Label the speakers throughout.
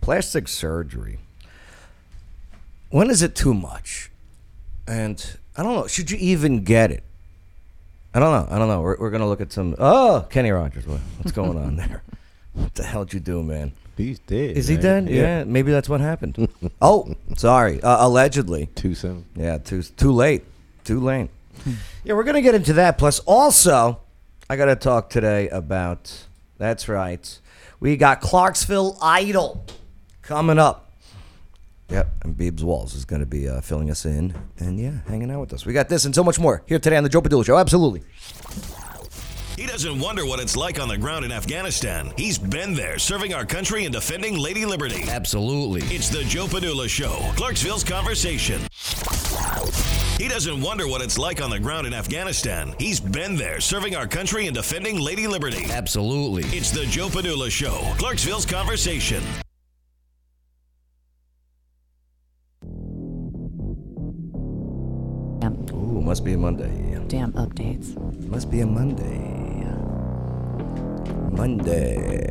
Speaker 1: plastic surgery.
Speaker 2: When is it too much? And I don't know. Should you even get it? I don't know. I don't know. We're, we're gonna look at some. Oh, Kenny Rogers. What, what's going on there? What the hell did you do, man?
Speaker 3: He's dead.
Speaker 2: Is he
Speaker 3: man.
Speaker 2: dead? Yeah. Maybe that's what happened. oh, sorry. Uh, allegedly.
Speaker 3: Two seven.
Speaker 2: Yeah, too too late, too late. yeah, we're gonna get into that. Plus, also, I gotta talk today about. That's right, we got Clarksville Idol coming up. Yep, and Biebs Walls is gonna be uh, filling us in, and yeah, hanging out with us. We got this and so much more here today on the Joe Padula Show. Absolutely.
Speaker 4: He doesn't wonder what it's like on the ground in Afghanistan. He's been there serving our country and defending Lady Liberty.
Speaker 5: Absolutely.
Speaker 4: It's the Joe Panula Show, Clarksville's conversation. He doesn't wonder what it's like on the ground in Afghanistan. He's been there serving our country and defending Lady Liberty.
Speaker 5: Absolutely.
Speaker 4: It's the Joe Panula Show, Clarksville's conversation.
Speaker 6: Damn,
Speaker 2: Ooh, must be a Monday.
Speaker 6: damn updates.
Speaker 2: Must be a Monday. Monday.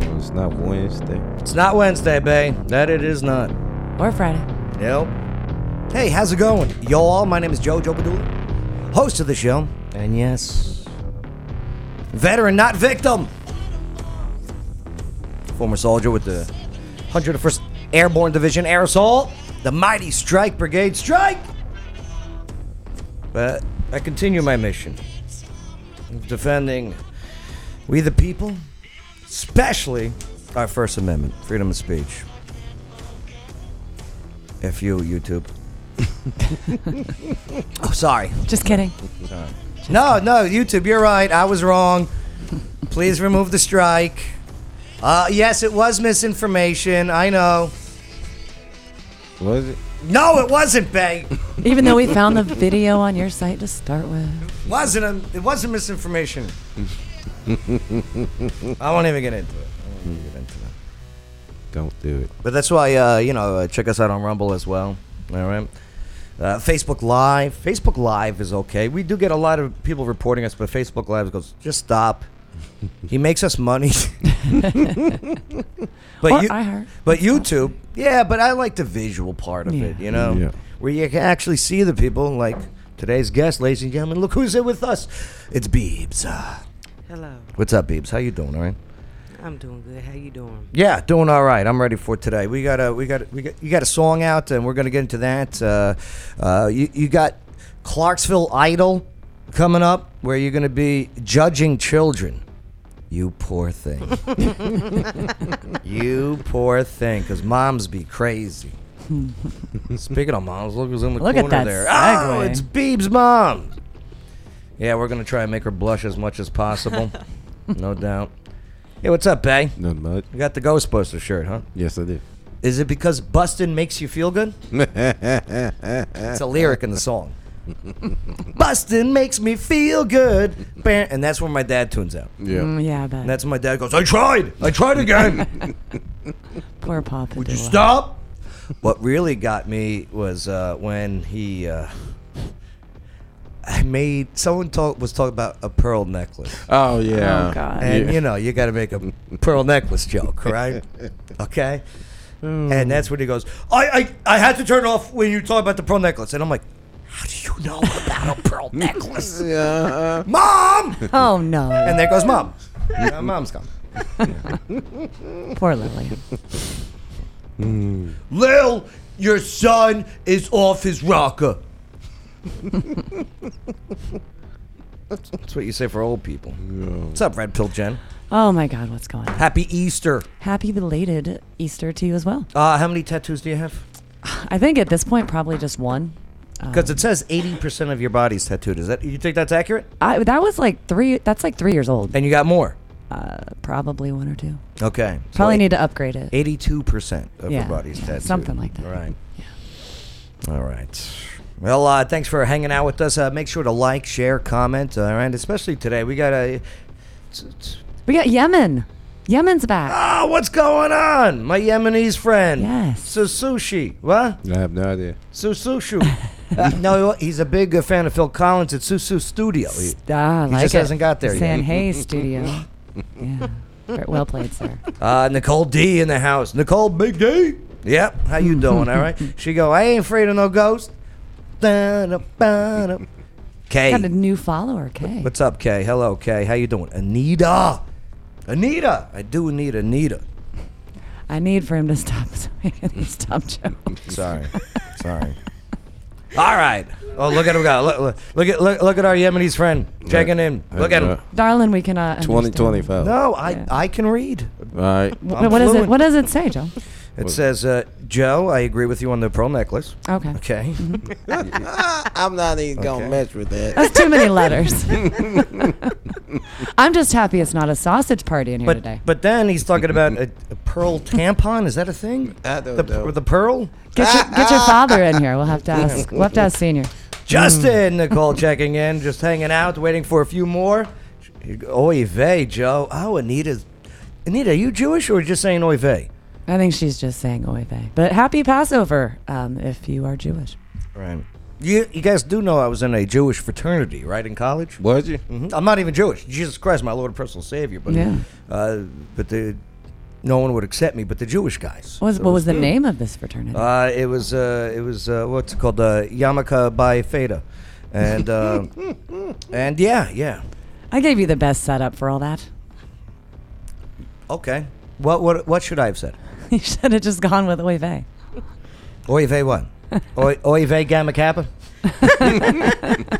Speaker 3: No, it's not Wednesday.
Speaker 2: It's not Wednesday, Bay. That it is not.
Speaker 6: Or Friday.
Speaker 2: Yep. Hey, how's it going? Y'all, my name is Joe Joe Padula, host of the show. And yes, veteran, not victim. Former soldier with the 101st Airborne Division Air Assault, the mighty Strike Brigade Strike. But I continue my mission of defending we the people, especially our First Amendment, freedom of speech. F you, YouTube. oh, sorry.
Speaker 6: Just kidding.
Speaker 2: No, no, YouTube, you're right. I was wrong. Please remove the strike. Uh, yes, it was misinformation. I know.
Speaker 3: Was it?
Speaker 2: No, it wasn't, Bay.
Speaker 6: Even though we found the video on your site to start with.
Speaker 2: wasn't a, It wasn't misinformation. I won't even get into it. I won't even get into it.
Speaker 3: Don't do it.
Speaker 2: But that's why, uh, you know, uh, check us out on Rumble as well. All right. Uh, Facebook Live. Facebook Live is okay. We do get a lot of people reporting us, but Facebook Live goes, just stop. he makes us money. but
Speaker 6: Or
Speaker 2: you,
Speaker 6: iHeart.
Speaker 2: but YouTube, yeah. But I like the visual part of it,
Speaker 6: Yeah.
Speaker 2: you know,
Speaker 3: Yeah.
Speaker 2: where you can actually see the people. Like today's guest, ladies and gentlemen, look who's here with us. It's Beebs. Ah,
Speaker 7: Hello,
Speaker 2: What's up, Beebs? How you doing? All right.
Speaker 7: I'm doing good. How you doing?
Speaker 2: Yeah, doing all right. I'm ready for today. We got a we got we got you got a song out, and we're gonna get into that. Uh, uh, you you got Clarksville Idol coming up, where you're gonna be judging children. You poor thing. you poor thing, because moms be crazy. Speaking of moms, look who's in the
Speaker 6: Look at
Speaker 2: corner
Speaker 6: that
Speaker 2: there. Oh,
Speaker 6: segue.
Speaker 2: it's Beeb's mom. Yeah, we're gonna try and make her blush as much as possible, no doubt. Hey, what's up, Bay?
Speaker 3: Nothing much.
Speaker 2: You got the Ghostbuster shirt, huh?
Speaker 3: Yes, I did.
Speaker 2: Is it because bustin' makes you feel good? it's a lyric in the song. bustin' makes me feel good. Bam. And that's where my dad tunes out. And
Speaker 3: Yeah.
Speaker 6: Mm, yeah, I bet.
Speaker 2: that's when my dad goes, I tried. I tried again.
Speaker 6: Poor Papa.
Speaker 2: Would you stop? What really got me was uh, when he. Uh, I made someone talk was talking about a pearl necklace.
Speaker 3: Oh yeah.
Speaker 6: Oh, God.
Speaker 2: And
Speaker 3: Yeah.
Speaker 2: you know, you got to make a pearl necklace joke, right? Okay. And that's when he goes, I, I, I had to turn off when you talk about the pearl necklace. And I'm like, how do you know about a pearl necklace?
Speaker 3: Yeah.
Speaker 2: Mom!
Speaker 6: Oh, no.
Speaker 2: And there goes mom. Yeah, mom's coming.
Speaker 6: Poor Lily.
Speaker 2: Lil, your son is off his rocker. That's what you say for old people. What's up, Red Pill Jen?
Speaker 6: Oh, my God. What's going on?
Speaker 2: Happy Easter.
Speaker 6: Happy belated Easter to you as well.
Speaker 2: Uh, how many tattoos do you have?
Speaker 6: I think at this point, probably just one.
Speaker 2: Because it says 80% of your body's tattooed. Is that you think that's accurate?
Speaker 6: I, that was like three. That's like three years old.
Speaker 2: And you got more.
Speaker 6: Uh, probably one or two.
Speaker 2: Okay. So
Speaker 6: Probably
Speaker 2: eight-
Speaker 6: need to upgrade it.
Speaker 2: 82% of
Speaker 6: Yeah,
Speaker 2: your body's
Speaker 6: yeah,
Speaker 2: tattooed.
Speaker 6: something like that.
Speaker 2: All right. All right. Well, uh, thanks for hanging out with us. Uh, make sure to like, share, comment. All right. Especially today. We got a.
Speaker 6: We got Yemen. Yemen's back.
Speaker 2: Oh, what's going on? My Yemenis friend.
Speaker 6: Yes.
Speaker 2: Susushi. What?
Speaker 3: I have no idea.
Speaker 2: Susushu. uh, no, he's a big uh, fan of Phil Collins at Susu Studio. He-
Speaker 6: Ah, I
Speaker 2: he
Speaker 6: like
Speaker 2: just
Speaker 6: it.
Speaker 2: hasn't got there yet.
Speaker 6: San Hay Studio. yeah. Very Well played, sir.
Speaker 2: Uh, Nicole D in the house. Nicole Big D. Yep. How you doing? All right. She go. I ain't afraid of no ghost. Da-da-ba-da.
Speaker 6: Got a
Speaker 2: Kay.
Speaker 6: new follower, Kay.
Speaker 2: What's up, Kay? Hello, Kay. How you doing? Anita. Anita. I do need Anita.
Speaker 6: I need for him to stop making these dumb jokes.
Speaker 2: Sorry. Sorry. All right. Oh, look at him go. Look, look, look at look, look at our Yemeni's friend checking in. Look at him.
Speaker 6: Darling, we cannot.
Speaker 3: Twenty
Speaker 6: understand.
Speaker 3: twenty five.
Speaker 2: No, I
Speaker 6: Yeah.
Speaker 2: I can read.
Speaker 3: All right.
Speaker 6: Wh-
Speaker 2: I'm
Speaker 6: What does it?
Speaker 2: fluent.
Speaker 6: What does it say, Joe?
Speaker 2: It says, uh, Joe, I agree with you on the pearl necklace.
Speaker 6: Okay.
Speaker 2: Okay.
Speaker 3: I'm not even gonna mess with that.
Speaker 6: That's too many letters. I'm just happy it's not a sausage party in here today.
Speaker 2: But but then he's talking about a, a pearl tampon. Is that a thing?
Speaker 3: I don't
Speaker 2: the,
Speaker 3: know.
Speaker 2: With the pearl.
Speaker 6: Get your, get your father in here. We'll have to ask. We'll have to ask senior.
Speaker 2: Justin
Speaker 6: Mm.
Speaker 2: Nicole checking in, just hanging out, waiting for a few more. Oy vey, Joe. Oh, Anita's. Anita, are you Jewish or just saying oy vey?
Speaker 6: I think she's just saying oy vey. But happy Passover um, if you are Jewish.
Speaker 2: Right. You, you guys do know I was in a Jewish fraternity, right, in college?
Speaker 3: Was you?
Speaker 2: Mhm. I'm not even Jewish. Jesus Christ, my Lord and personal Savior. But
Speaker 6: Yeah.
Speaker 2: uh, but the no one would accept me, but the Jewish guys.
Speaker 6: What was, what was the name of this fraternity?
Speaker 2: Uh, it was uh, it was uh, what's it called uh, Yamaka by Feta, and uh, and yeah, yeah,
Speaker 6: I gave you the best setup for all that.
Speaker 2: okay. What what what should I have said?
Speaker 6: You should have just gone with oy vey.
Speaker 2: Oy vey what? Oy, oy vey gamma kappa.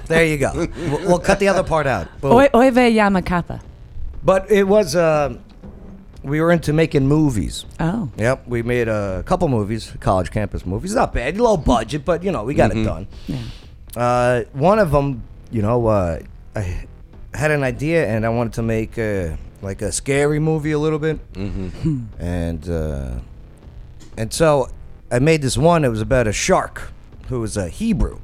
Speaker 2: there you go. We'll, we'll cut the other part out. Boom.
Speaker 6: Oy, oy vey yamakapa.
Speaker 2: But it was uh, we were into making movies.
Speaker 6: Oh.
Speaker 2: Yep, we made a couple movies, college campus movies. Not bad, low budget, but you know we got it done.
Speaker 6: Yeah.
Speaker 2: Uh, one of them, you know, uh, I had an idea and I wanted to make uh like a scary movie a little bit, mm-hmm. and uh, and so I made this one. It was about a shark who was a Hebrew.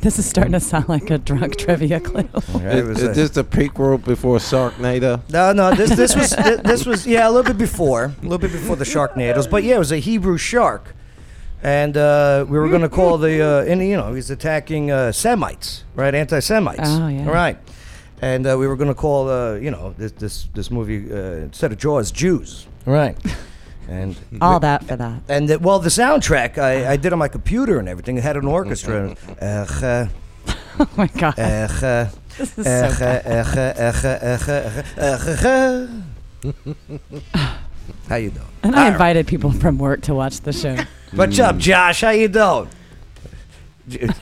Speaker 6: This is starting to sound like a drunk trivia clue.
Speaker 2: Right? It
Speaker 3: Is,
Speaker 2: was
Speaker 3: is
Speaker 2: a-
Speaker 3: this the peak rope before Sharknado?
Speaker 2: no, no. This this was thi- this was yeah a little bit before, a little bit before the Sharknadoes. But yeah, it was a Hebrew shark, and uh, we were going to call the uh, and you know he's attacking uh, Semites, right? Anti-Semites.
Speaker 6: Oh, yeah.
Speaker 2: Right. And uh, we were going to call uh, you know this this this movie uh, instead of Jaws, Jews. Right. And
Speaker 6: All that for that.
Speaker 2: and the, well, the soundtrack I, I did on my computer and everything. It had an orchestra. Uh,
Speaker 6: Oh my God.
Speaker 2: uh,
Speaker 6: this is so bad.
Speaker 2: How you doing?
Speaker 6: And I invited people from work to watch the show.
Speaker 2: What's up, Josh? How you doing? J- uh,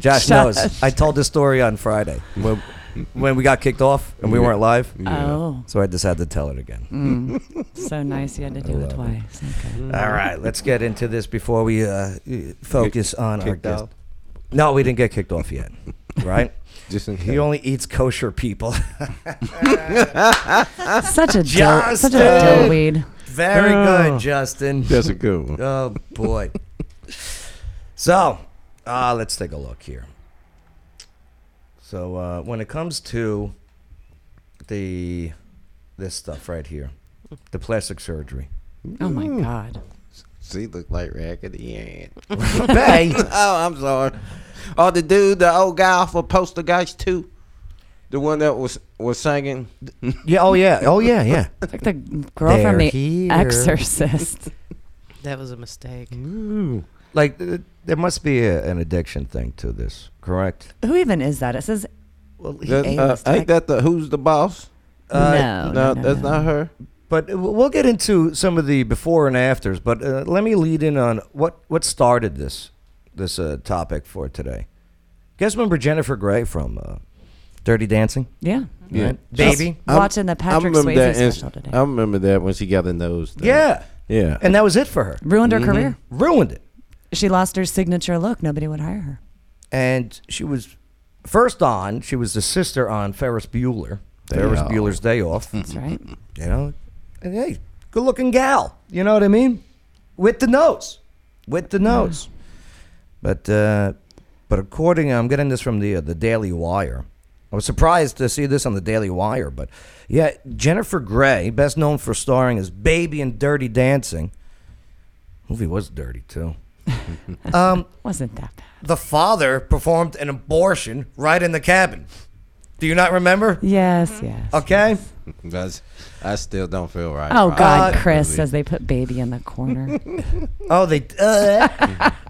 Speaker 2: Josh
Speaker 6: Josh.
Speaker 2: knows. I told this story on Friday when, when we got kicked off and we weren't live,
Speaker 6: Oh, Mm.
Speaker 2: so I decided to tell it again.
Speaker 6: so nice you had to do it twice. Okay.
Speaker 2: All right, let's get into this before we uh, focus on our
Speaker 3: kicked
Speaker 2: guest.
Speaker 3: out?
Speaker 2: No, we didn't get kicked off yet, right?
Speaker 3: Just in
Speaker 2: He
Speaker 3: case.
Speaker 2: only eats kosher people.
Speaker 6: Such a dough,
Speaker 2: Justin!
Speaker 6: such a dough weed.
Speaker 2: Very
Speaker 3: Oh.
Speaker 2: good, Justin.
Speaker 3: That's a good one.
Speaker 2: Oh boy. so, uh, let's take a look here. So, uh, when it comes to the this stuff right here, the plastic surgery.
Speaker 6: Oh my God.
Speaker 3: She looked like Raggedy Ann.
Speaker 2: Bay,
Speaker 3: oh, I'm sorry. Oh, the dude, the old guy off of Poster Guys too. The one that was was singing.
Speaker 2: yeah, oh yeah, oh yeah, yeah.
Speaker 6: It's like the girl
Speaker 2: They're
Speaker 6: from The
Speaker 2: here.
Speaker 6: Exorcist.
Speaker 7: That was a mistake.
Speaker 2: Mm-hmm. Like uh, there must be a, an addiction thing to this, correct?
Speaker 6: Who even is that? It says
Speaker 2: Well, he,
Speaker 3: That, uh,
Speaker 6: A-list
Speaker 3: ain't
Speaker 6: act-
Speaker 3: that the Who's the Boss?
Speaker 2: Uh,
Speaker 6: Oh,
Speaker 3: no,
Speaker 6: no, no, no,
Speaker 3: that's
Speaker 6: no.
Speaker 3: not her.
Speaker 2: but w- we'll get into some of the before and afters. But uh, let me lead in on what what started this this uh, topic for today. You guys remember Jennifer Grey from uh, Dirty Dancing?
Speaker 6: Yeah.
Speaker 2: Right?
Speaker 3: That's-
Speaker 2: baby.
Speaker 3: I'm-
Speaker 6: Watching the Patrick Swayze
Speaker 3: ins-
Speaker 6: special today.
Speaker 3: I remember that when she got the nose. thing.
Speaker 2: Yeah,
Speaker 3: yeah.
Speaker 2: and that was it for her.
Speaker 6: Ruined her career.
Speaker 2: Ruined it.
Speaker 6: She lost her signature look. Nobody would hire her.
Speaker 2: And she was first on. She was the sister on Ferris Bueller. Ferris
Speaker 3: Off.
Speaker 2: Bueller's Day Off.
Speaker 6: That's right.
Speaker 2: you know, and hey, good looking gal. You know what I mean? With the nose, with the nose. But uh, but according, I'm getting this from the uh, the Daily Wire. I was surprised to see this on the Daily Wire, but yeah, Jennifer Grey, best known for starring as Baby in Dirty Dancing. Movie was dirty too. um,
Speaker 6: Wasn't that bad.
Speaker 2: the father performed an abortion right in the cabin. Do you not remember?
Speaker 6: Yes, yes.
Speaker 2: Okay. Uh,
Speaker 3: That's, I still don't feel right.
Speaker 6: Oh
Speaker 3: about
Speaker 6: God,
Speaker 3: that
Speaker 6: Chris,
Speaker 3: movie.
Speaker 6: as they put baby in the corner.
Speaker 2: Oh, they uh,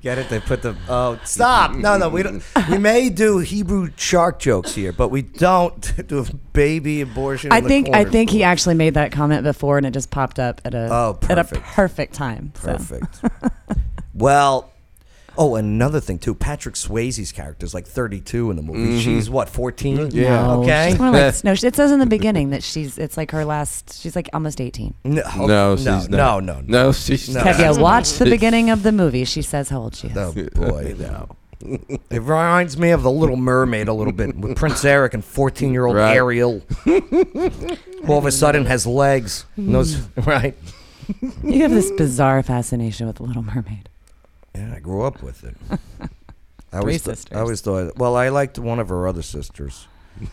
Speaker 2: get it. They put the oh stop. No, no, we don't. We may do Hebrew shark jokes here, but we don't do baby abortion.
Speaker 6: I
Speaker 2: in the
Speaker 6: think I
Speaker 2: corner.
Speaker 6: think he actually made that comment before, and it just popped up at a
Speaker 2: Oh,
Speaker 6: at a
Speaker 2: perfect.
Speaker 6: perfect time. so.
Speaker 2: Perfect. well, oh, another thing too. Patrick Swayze's character is like 32 in the movie. She's what 14?
Speaker 3: Yeah.
Speaker 6: No,
Speaker 2: Okay.
Speaker 6: she's more like- no, she- it says in the beginning that she's. It's like her last. She's like almost eighteen.
Speaker 2: No,
Speaker 3: No, she's
Speaker 2: no,
Speaker 3: not.
Speaker 2: no, no.
Speaker 3: No, she's
Speaker 2: No.
Speaker 3: not.
Speaker 6: Have you watched the
Speaker 3: She-
Speaker 6: beginning of the movie? She says how old she is.
Speaker 2: Oh boy, no.
Speaker 3: No.
Speaker 2: It reminds me of The Little Mermaid a little bit with Prince Eric and 14 year old
Speaker 3: Right.
Speaker 2: Ariel, who all of a sudden has legs. And those, right?
Speaker 6: You have this bizarre fascination with Little Mermaid.
Speaker 2: Yeah, I grew up with it. I
Speaker 6: Three
Speaker 2: always th-
Speaker 6: sisters.
Speaker 2: I always thought, well, I liked one of her other sisters,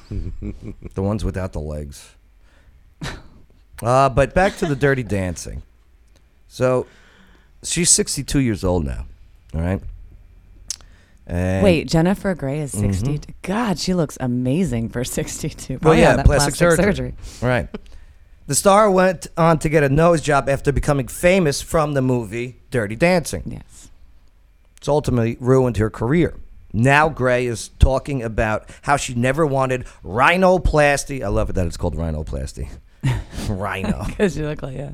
Speaker 2: the ones without the legs. Uh, but back to the Dirty Dancing. So she's 62 years old now, all right? And Mm-hmm.
Speaker 6: Wait, Jennifer Grey is 60 God, she looks amazing for sixty-two.
Speaker 2: Well,
Speaker 6: Probably
Speaker 2: yeah,
Speaker 6: had that
Speaker 2: plastic surgery. Right. The star went on to get a nose job after becoming famous from the movie Dirty Dancing.
Speaker 6: Yes.
Speaker 2: It's ultimately ruined her career. Now Gray is talking about how she never wanted rhinoplasty. I love that it's called rhinoplasty. Rhino.
Speaker 6: Because you look like yeah.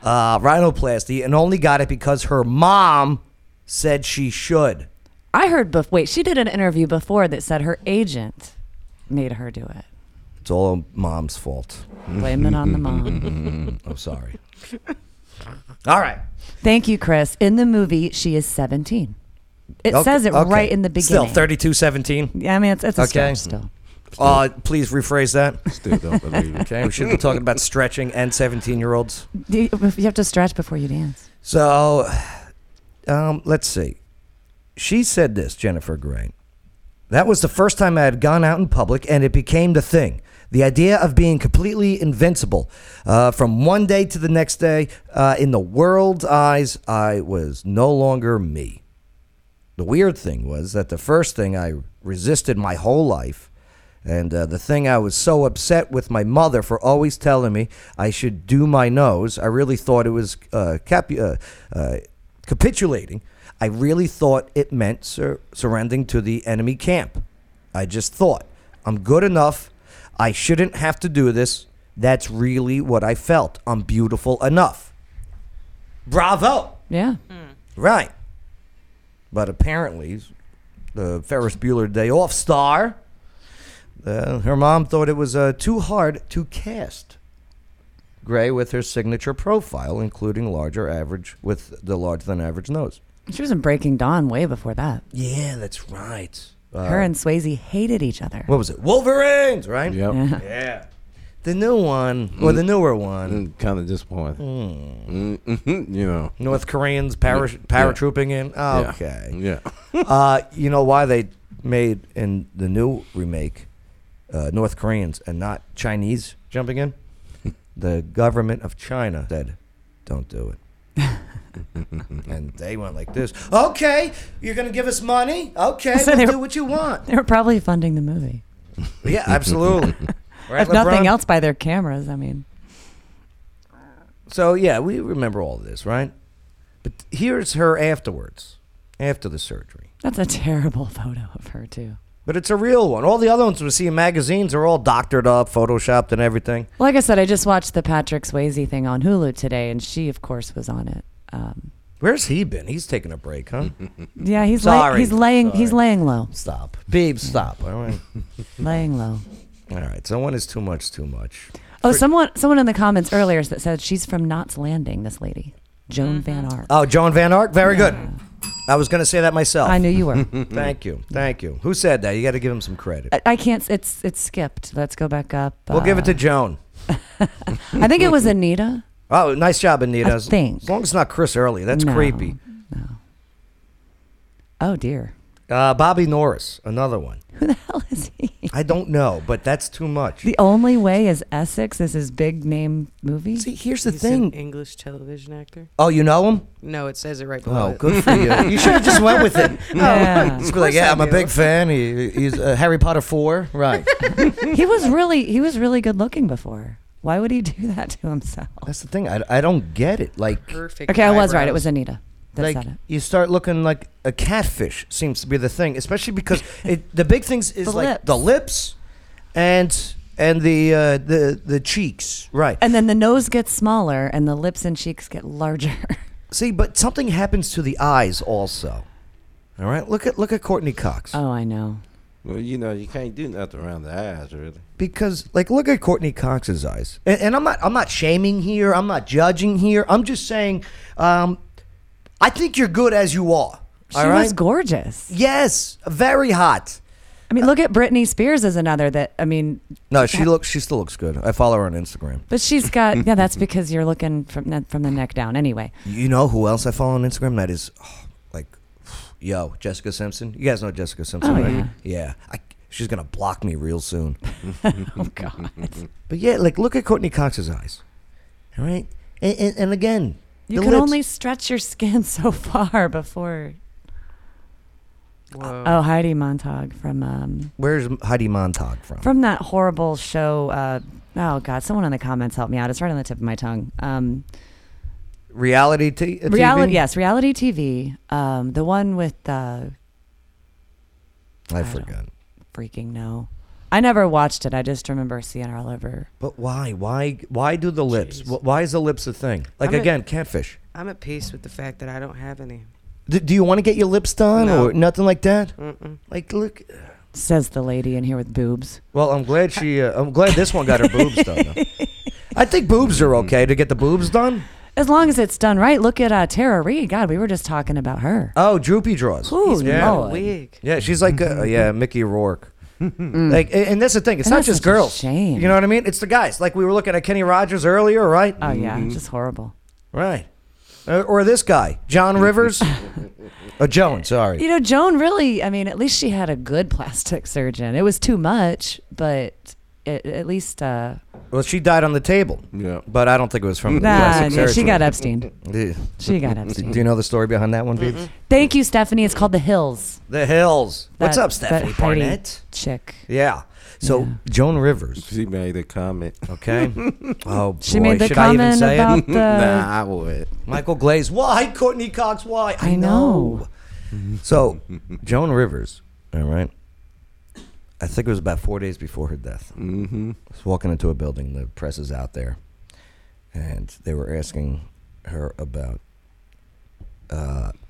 Speaker 2: Uh, rhinoplasty and only got it because her mom said she should.
Speaker 6: I heard. Bef- wait, she did an interview before that said her agent made her do it.
Speaker 2: It's all mom's fault.
Speaker 6: Blame it on the mom.
Speaker 2: I'm sorry. all right.
Speaker 6: Thank you, Chris. In the movie, she is 17. It
Speaker 2: Okay,
Speaker 6: says it
Speaker 2: okay.
Speaker 6: right in the
Speaker 2: Still,
Speaker 6: beginning.
Speaker 2: 3217.
Speaker 6: Yeah, I mean, it's, it's a
Speaker 2: Okay.
Speaker 6: stretch still.
Speaker 2: Uh, please rephrase that.
Speaker 3: Still don't believe it.
Speaker 2: Okay, we should be talking about stretching and 17 year olds.
Speaker 6: Do You, you have to stretch before you dance.
Speaker 2: So, um, let's see. She said this, Jennifer Gray. That was the first time I had gone out in public, and it became the thing. The idea of being completely invincible. Uh, from one day to the next day, uh, in the world's eyes, I was no longer me. The weird thing was that the first thing I resisted my whole life, and uh, the thing I was so upset with my mother for always telling me I should do my nose, I really thought it was uh, cap- uh, uh, capitulating. I really thought it meant sur- surrendering to the enemy camp. I just thought, I'm good enough. I shouldn't have to do this. That's really what I felt. I'm beautiful enough. Bravo!
Speaker 6: Yeah.
Speaker 2: Right. But apparently, the Ferris Bueller Day Off star, uh, her mom thought it was uh, too hard to cast Gray with her signature profile, including larger average with the larger than average nose.
Speaker 6: She was in Breaking Dawn way before that.
Speaker 2: Yeah, that's right. Uh,
Speaker 6: Her and Swayze hated each other.
Speaker 2: what was it? Wolverines, right?
Speaker 3: Yep.
Speaker 6: Yeah.
Speaker 2: Yeah. The new one, or the newer one.
Speaker 3: Kind of disappointed.
Speaker 2: Hmm.
Speaker 3: Mm, You know.
Speaker 2: North Koreans para- paratrooping in.
Speaker 3: Yeah.
Speaker 2: okay.
Speaker 3: Yeah.
Speaker 2: Uh, you know why they made in the new remake uh, North Koreans and not Chinese jumping in? the government of China said, "Don't do it." and they went like this. Okay, you're gonna give us money. Okay, we'll
Speaker 6: So they
Speaker 2: do
Speaker 6: were-
Speaker 2: what you want.
Speaker 6: They were probably funding the movie.
Speaker 2: yeah, absolutely. Right,
Speaker 6: If nothing
Speaker 2: LeBron?
Speaker 6: else by their cameras, I mean.
Speaker 2: So yeah, we remember all this, right? But here's her afterwards, after the surgery.
Speaker 6: That's a terrible photo of her, too.
Speaker 2: But it's a real one. All the other ones we see in magazines are all doctored up, photoshopped, and everything.
Speaker 6: Like I said, I just watched the Patrick Swayze thing on Hulu today, and she, of course, was on it. Um,
Speaker 2: Where's he been? He's taking a break, huh?
Speaker 6: yeah, he's lay-
Speaker 2: Sorry.
Speaker 6: he's laying he's laying low,
Speaker 2: stop. Babe, stop. All right.
Speaker 6: laying low.
Speaker 2: All right. Someone is too much, too much.
Speaker 6: Oh, someone someone in the comments earlier that said she's from Knott's Landing. This lady, Joan Van Ark.
Speaker 2: Oh, Joan Van Ark? Very good. I was going to say that myself.
Speaker 6: I knew you were.
Speaker 2: Thank you. Thank you. Who said that? You got to give him some credit.
Speaker 6: I, I can't. It's it's skipped. Let's go back up. uh,
Speaker 2: we'll give it to Joan.
Speaker 6: I think it was Anita.
Speaker 2: Oh, nice job, Anita.
Speaker 6: I
Speaker 2: As-
Speaker 6: think.
Speaker 2: As long as it's not Chris Early. That's
Speaker 6: No.
Speaker 2: creepy.
Speaker 6: Oh dear.
Speaker 2: Uh, Bobby Norris, another one.
Speaker 6: Who the hell is he?
Speaker 2: I don't know, but that's too much.
Speaker 6: The only way is Essex is his big name movie.
Speaker 2: See, here's the
Speaker 7: He's
Speaker 2: thing.
Speaker 7: an English television actor.
Speaker 2: Oh, you know him?
Speaker 7: No, it says it right below.
Speaker 2: Oh,
Speaker 7: it.
Speaker 2: good for you. You should have just went with it.
Speaker 6: Yeah.
Speaker 2: Just be like, yeah, I'm a big fan. He, he's uh, Harry Potter four, right?
Speaker 6: he was really he was really good looking before. Why would he do that to himself?
Speaker 2: That's the thing. I, I don't get it. Like,
Speaker 7: Perfect.
Speaker 6: Okay, I was right. It was
Speaker 7: eyebrows.
Speaker 6: Anita that
Speaker 2: like
Speaker 6: said it.
Speaker 2: you start looking like a catfish seems to be the thing, especially because it, the big things is
Speaker 6: The
Speaker 2: like
Speaker 6: lips.
Speaker 2: the lips and and the uh, the the cheeks, right?
Speaker 6: And then the nose gets smaller and the lips and cheeks get larger.
Speaker 2: See, but something happens to the eyes also. All right, look at look at Courtney Cox
Speaker 6: oh, I know.
Speaker 3: Well, you know, you can't do nothing around the eyes, really.
Speaker 2: because like look at Courtney Cox's eyes, and, and I'm not I'm not shaming here, I'm not judging here, I'm just saying, um, I think you're good as you are.
Speaker 6: She
Speaker 2: all right.
Speaker 6: was gorgeous.
Speaker 2: yes, very hot.
Speaker 6: I mean, look at Britney Spears as another that I mean,
Speaker 2: No, she looks. She still looks good. I follow her on Instagram.
Speaker 6: but she's got yeah. That's because you're looking from ne- from the neck down anyway.
Speaker 2: You know who else I follow on Instagram? That is, oh, like, yo, Jessica Simpson. You guys know Jessica Simpson,
Speaker 6: Oh,
Speaker 2: right?
Speaker 6: yeah.
Speaker 2: I, she's gonna block me real soon.
Speaker 6: Oh God,
Speaker 2: But yeah, like, look at Courtney Cox's eyes. All right, and and, and again,
Speaker 6: you
Speaker 2: the
Speaker 6: can
Speaker 2: lips.
Speaker 6: only stretch your skin so far before.
Speaker 7: Whoa.
Speaker 6: Oh, Heidi Montag from um,
Speaker 2: Where's Heidi Montag from?
Speaker 6: from that horrible show. Uh, oh God, someone in the comments help me out. It's right on the tip of my tongue. Um,
Speaker 2: Reality t- TV.
Speaker 6: reality, yes, reality TV. Um, the one with uh,
Speaker 2: I
Speaker 6: don't-
Speaker 2: forgot.
Speaker 6: freaking no. I never watched it. I just remember seeing her all over.
Speaker 2: But why? Why? Why do the lips?
Speaker 7: Jeez.
Speaker 2: Wh- Why is the lips a thing? Like
Speaker 7: I'm a-
Speaker 2: again, catfish.
Speaker 7: I'm at peace with the fact that I don't have any.
Speaker 2: D- do you want to get your lips done
Speaker 7: No. Mm.
Speaker 2: or nothing like that?
Speaker 7: Mm-mm.
Speaker 2: Like, look,
Speaker 6: Says the lady in here with boobs.
Speaker 2: Well, I'm glad she. Uh, I'm glad this one got her boobs done. Though. I think boobs are okay to get the boobs done.
Speaker 6: As long as it's done right. Look at uh, Tara Reid. God, we were just talking about her.
Speaker 2: Oh, droopy draws.
Speaker 6: Ooh,
Speaker 2: yeah.
Speaker 7: A
Speaker 6: Lord.
Speaker 7: wig.
Speaker 2: Yeah, she's like uh, yeah, Mickey Rourke. like, a- and that's the thing. It's
Speaker 6: Mm. And
Speaker 2: not
Speaker 6: that's
Speaker 2: just
Speaker 6: such a
Speaker 2: girls.
Speaker 6: shame.
Speaker 2: You know what I mean? It's the guys. Like we were looking at Kenny Rogers earlier, right?
Speaker 6: Oh yeah,
Speaker 2: Mm-hmm.
Speaker 6: just horrible.
Speaker 2: right. Uh, or this guy, John Rivers. oh, Joan. Sorry.
Speaker 6: You know, Joan really. I mean, at least she had a good plastic surgeon. It was too much, but it, at least uh,
Speaker 2: Well, she died on the table.
Speaker 3: Yeah.
Speaker 2: But I don't think it was from
Speaker 6: nah,
Speaker 2: plastic
Speaker 6: yeah, she
Speaker 2: surgery.
Speaker 6: got Epstein.
Speaker 2: Do
Speaker 6: She got
Speaker 2: do
Speaker 6: Epstein.
Speaker 2: you know the story behind that one, Beavis?
Speaker 6: Thank you, Stephanie. It's called The Hills.
Speaker 2: The Hills. What's
Speaker 6: That-
Speaker 2: up, Stephanie
Speaker 6: that Heidi
Speaker 2: Barnett?
Speaker 6: Chick.
Speaker 2: Yeah. So Joan Rivers.
Speaker 3: She made a comment.
Speaker 2: Okay. oh boy.
Speaker 6: She made the
Speaker 2: Should I even
Speaker 6: comment
Speaker 2: say it?
Speaker 6: about the.
Speaker 3: nah, I would.
Speaker 2: Michael Glaze. Why Courtney Cox? Why?
Speaker 6: I know.
Speaker 2: so Joan Rivers. All right. I think it was about four days before her death. Mm-hmm. I was walking into a building. The press is out there, and they were asking her about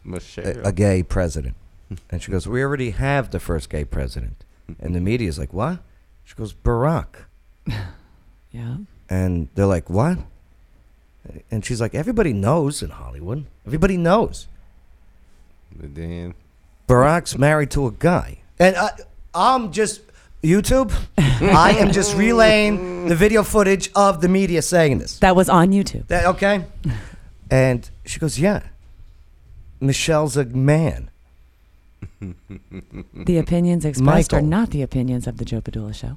Speaker 3: Michelle.
Speaker 2: a, a gay president. And she goes, We already have the first gay president. And the media's like, What? She goes, Barack.
Speaker 6: Yeah.
Speaker 2: And they're like, What? And she's like, Everybody knows in Hollywood. Everybody knows.
Speaker 3: But then
Speaker 2: Barack's married to a guy. And I, I'm just, YouTube, I am just relaying the video footage of the media saying this.
Speaker 6: That was on YouTube.
Speaker 2: That okay? And she goes, Yeah. Michelle's a man.
Speaker 6: The opinions expressed are
Speaker 2: Mm-hmm. Michael.
Speaker 6: not the opinions of the Joe Padula show.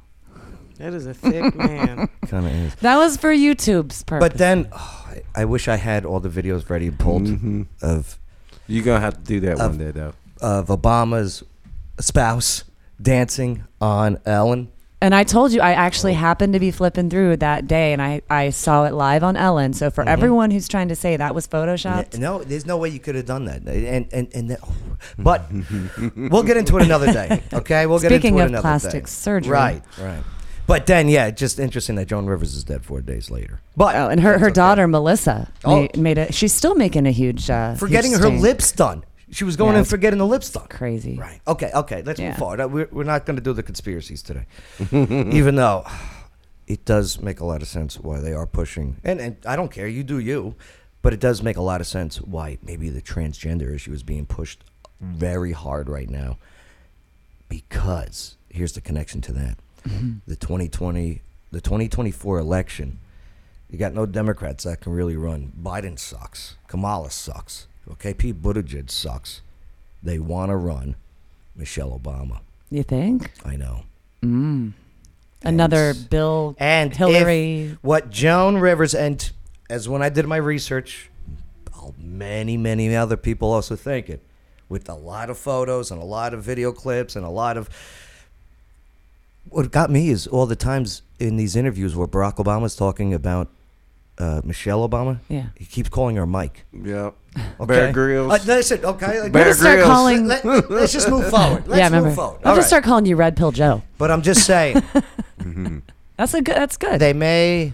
Speaker 7: That is a thick man.
Speaker 2: Kind of is.
Speaker 6: That was for YouTube's purpose.
Speaker 2: But then oh, I- I wish I had all the videos ready pulled of
Speaker 3: you're gonna have to do that
Speaker 2: Of-
Speaker 3: one day though.
Speaker 2: of Obama's spouse dancing on Ellen.
Speaker 6: And I told you, I actually happened to be flipping through that day and I, I saw it live on Ellen. So for everyone who's trying to say that was Photoshopped,
Speaker 2: Mm-hmm. N- No, there's no way you could have done that. And and and that, but we'll get into it another day. Okay, we'll get
Speaker 6: Speaking
Speaker 2: into it
Speaker 6: of
Speaker 2: another
Speaker 6: plastic
Speaker 2: day.
Speaker 6: surgery.
Speaker 2: Right, right. But then, yeah, just interesting that Joan Rivers is dead four days later. But
Speaker 6: oh, and her,
Speaker 2: that's
Speaker 6: her
Speaker 2: okay.
Speaker 6: daughter, Melissa,
Speaker 2: Oh.
Speaker 6: made, made a, she's still making a huge. Uh,
Speaker 2: for
Speaker 6: huge
Speaker 2: getting her
Speaker 6: stain.
Speaker 2: lips done. She was
Speaker 6: Yeah,
Speaker 2: going
Speaker 6: it
Speaker 2: in
Speaker 6: was
Speaker 2: for getting the lips done.
Speaker 6: Crazy.
Speaker 2: Right. Okay. Okay. Let's
Speaker 6: Yeah.
Speaker 2: move forward. Uh, We're, we're not going to do the conspiracies today, even though it does make a lot of sense why they are pushing. And and I don't care. You do you, but it does make a lot of sense why maybe the transgender issue is being pushed very hard right now. Because here's the connection to that: the 2020, the 2024 election. You got no Democrats that can really run. Biden sucks. Kamala sucks. Okay, Pete Buttigieg sucks. They want to run. Michelle Obama.
Speaker 6: You think?
Speaker 2: I know.
Speaker 6: Another Bill
Speaker 2: And
Speaker 6: Hillary.
Speaker 2: if what Joan Rivers and as when I did my research, oh, many many other people also think it, with a lot of photos and a lot of video clips and a lot of. What got me is all the times in these interviews where Barack Obama's talking about uh, Michelle Obama.
Speaker 6: Yeah.
Speaker 2: he keeps calling her Mike.
Speaker 3: Yeah.
Speaker 2: Okay?
Speaker 3: Bear Grylls.
Speaker 2: Uh, listen, okay. like,
Speaker 3: Bear
Speaker 2: let's-
Speaker 6: start
Speaker 3: Grylls.
Speaker 6: calling-
Speaker 2: Let, us just move forward. Let's
Speaker 6: Oh, yeah, remember.
Speaker 2: move forward.
Speaker 6: I'll
Speaker 2: All
Speaker 6: just
Speaker 2: right.
Speaker 6: start calling you Red Pill Joe.
Speaker 2: But I'm just saying.
Speaker 6: That's a good. That's good.
Speaker 2: they may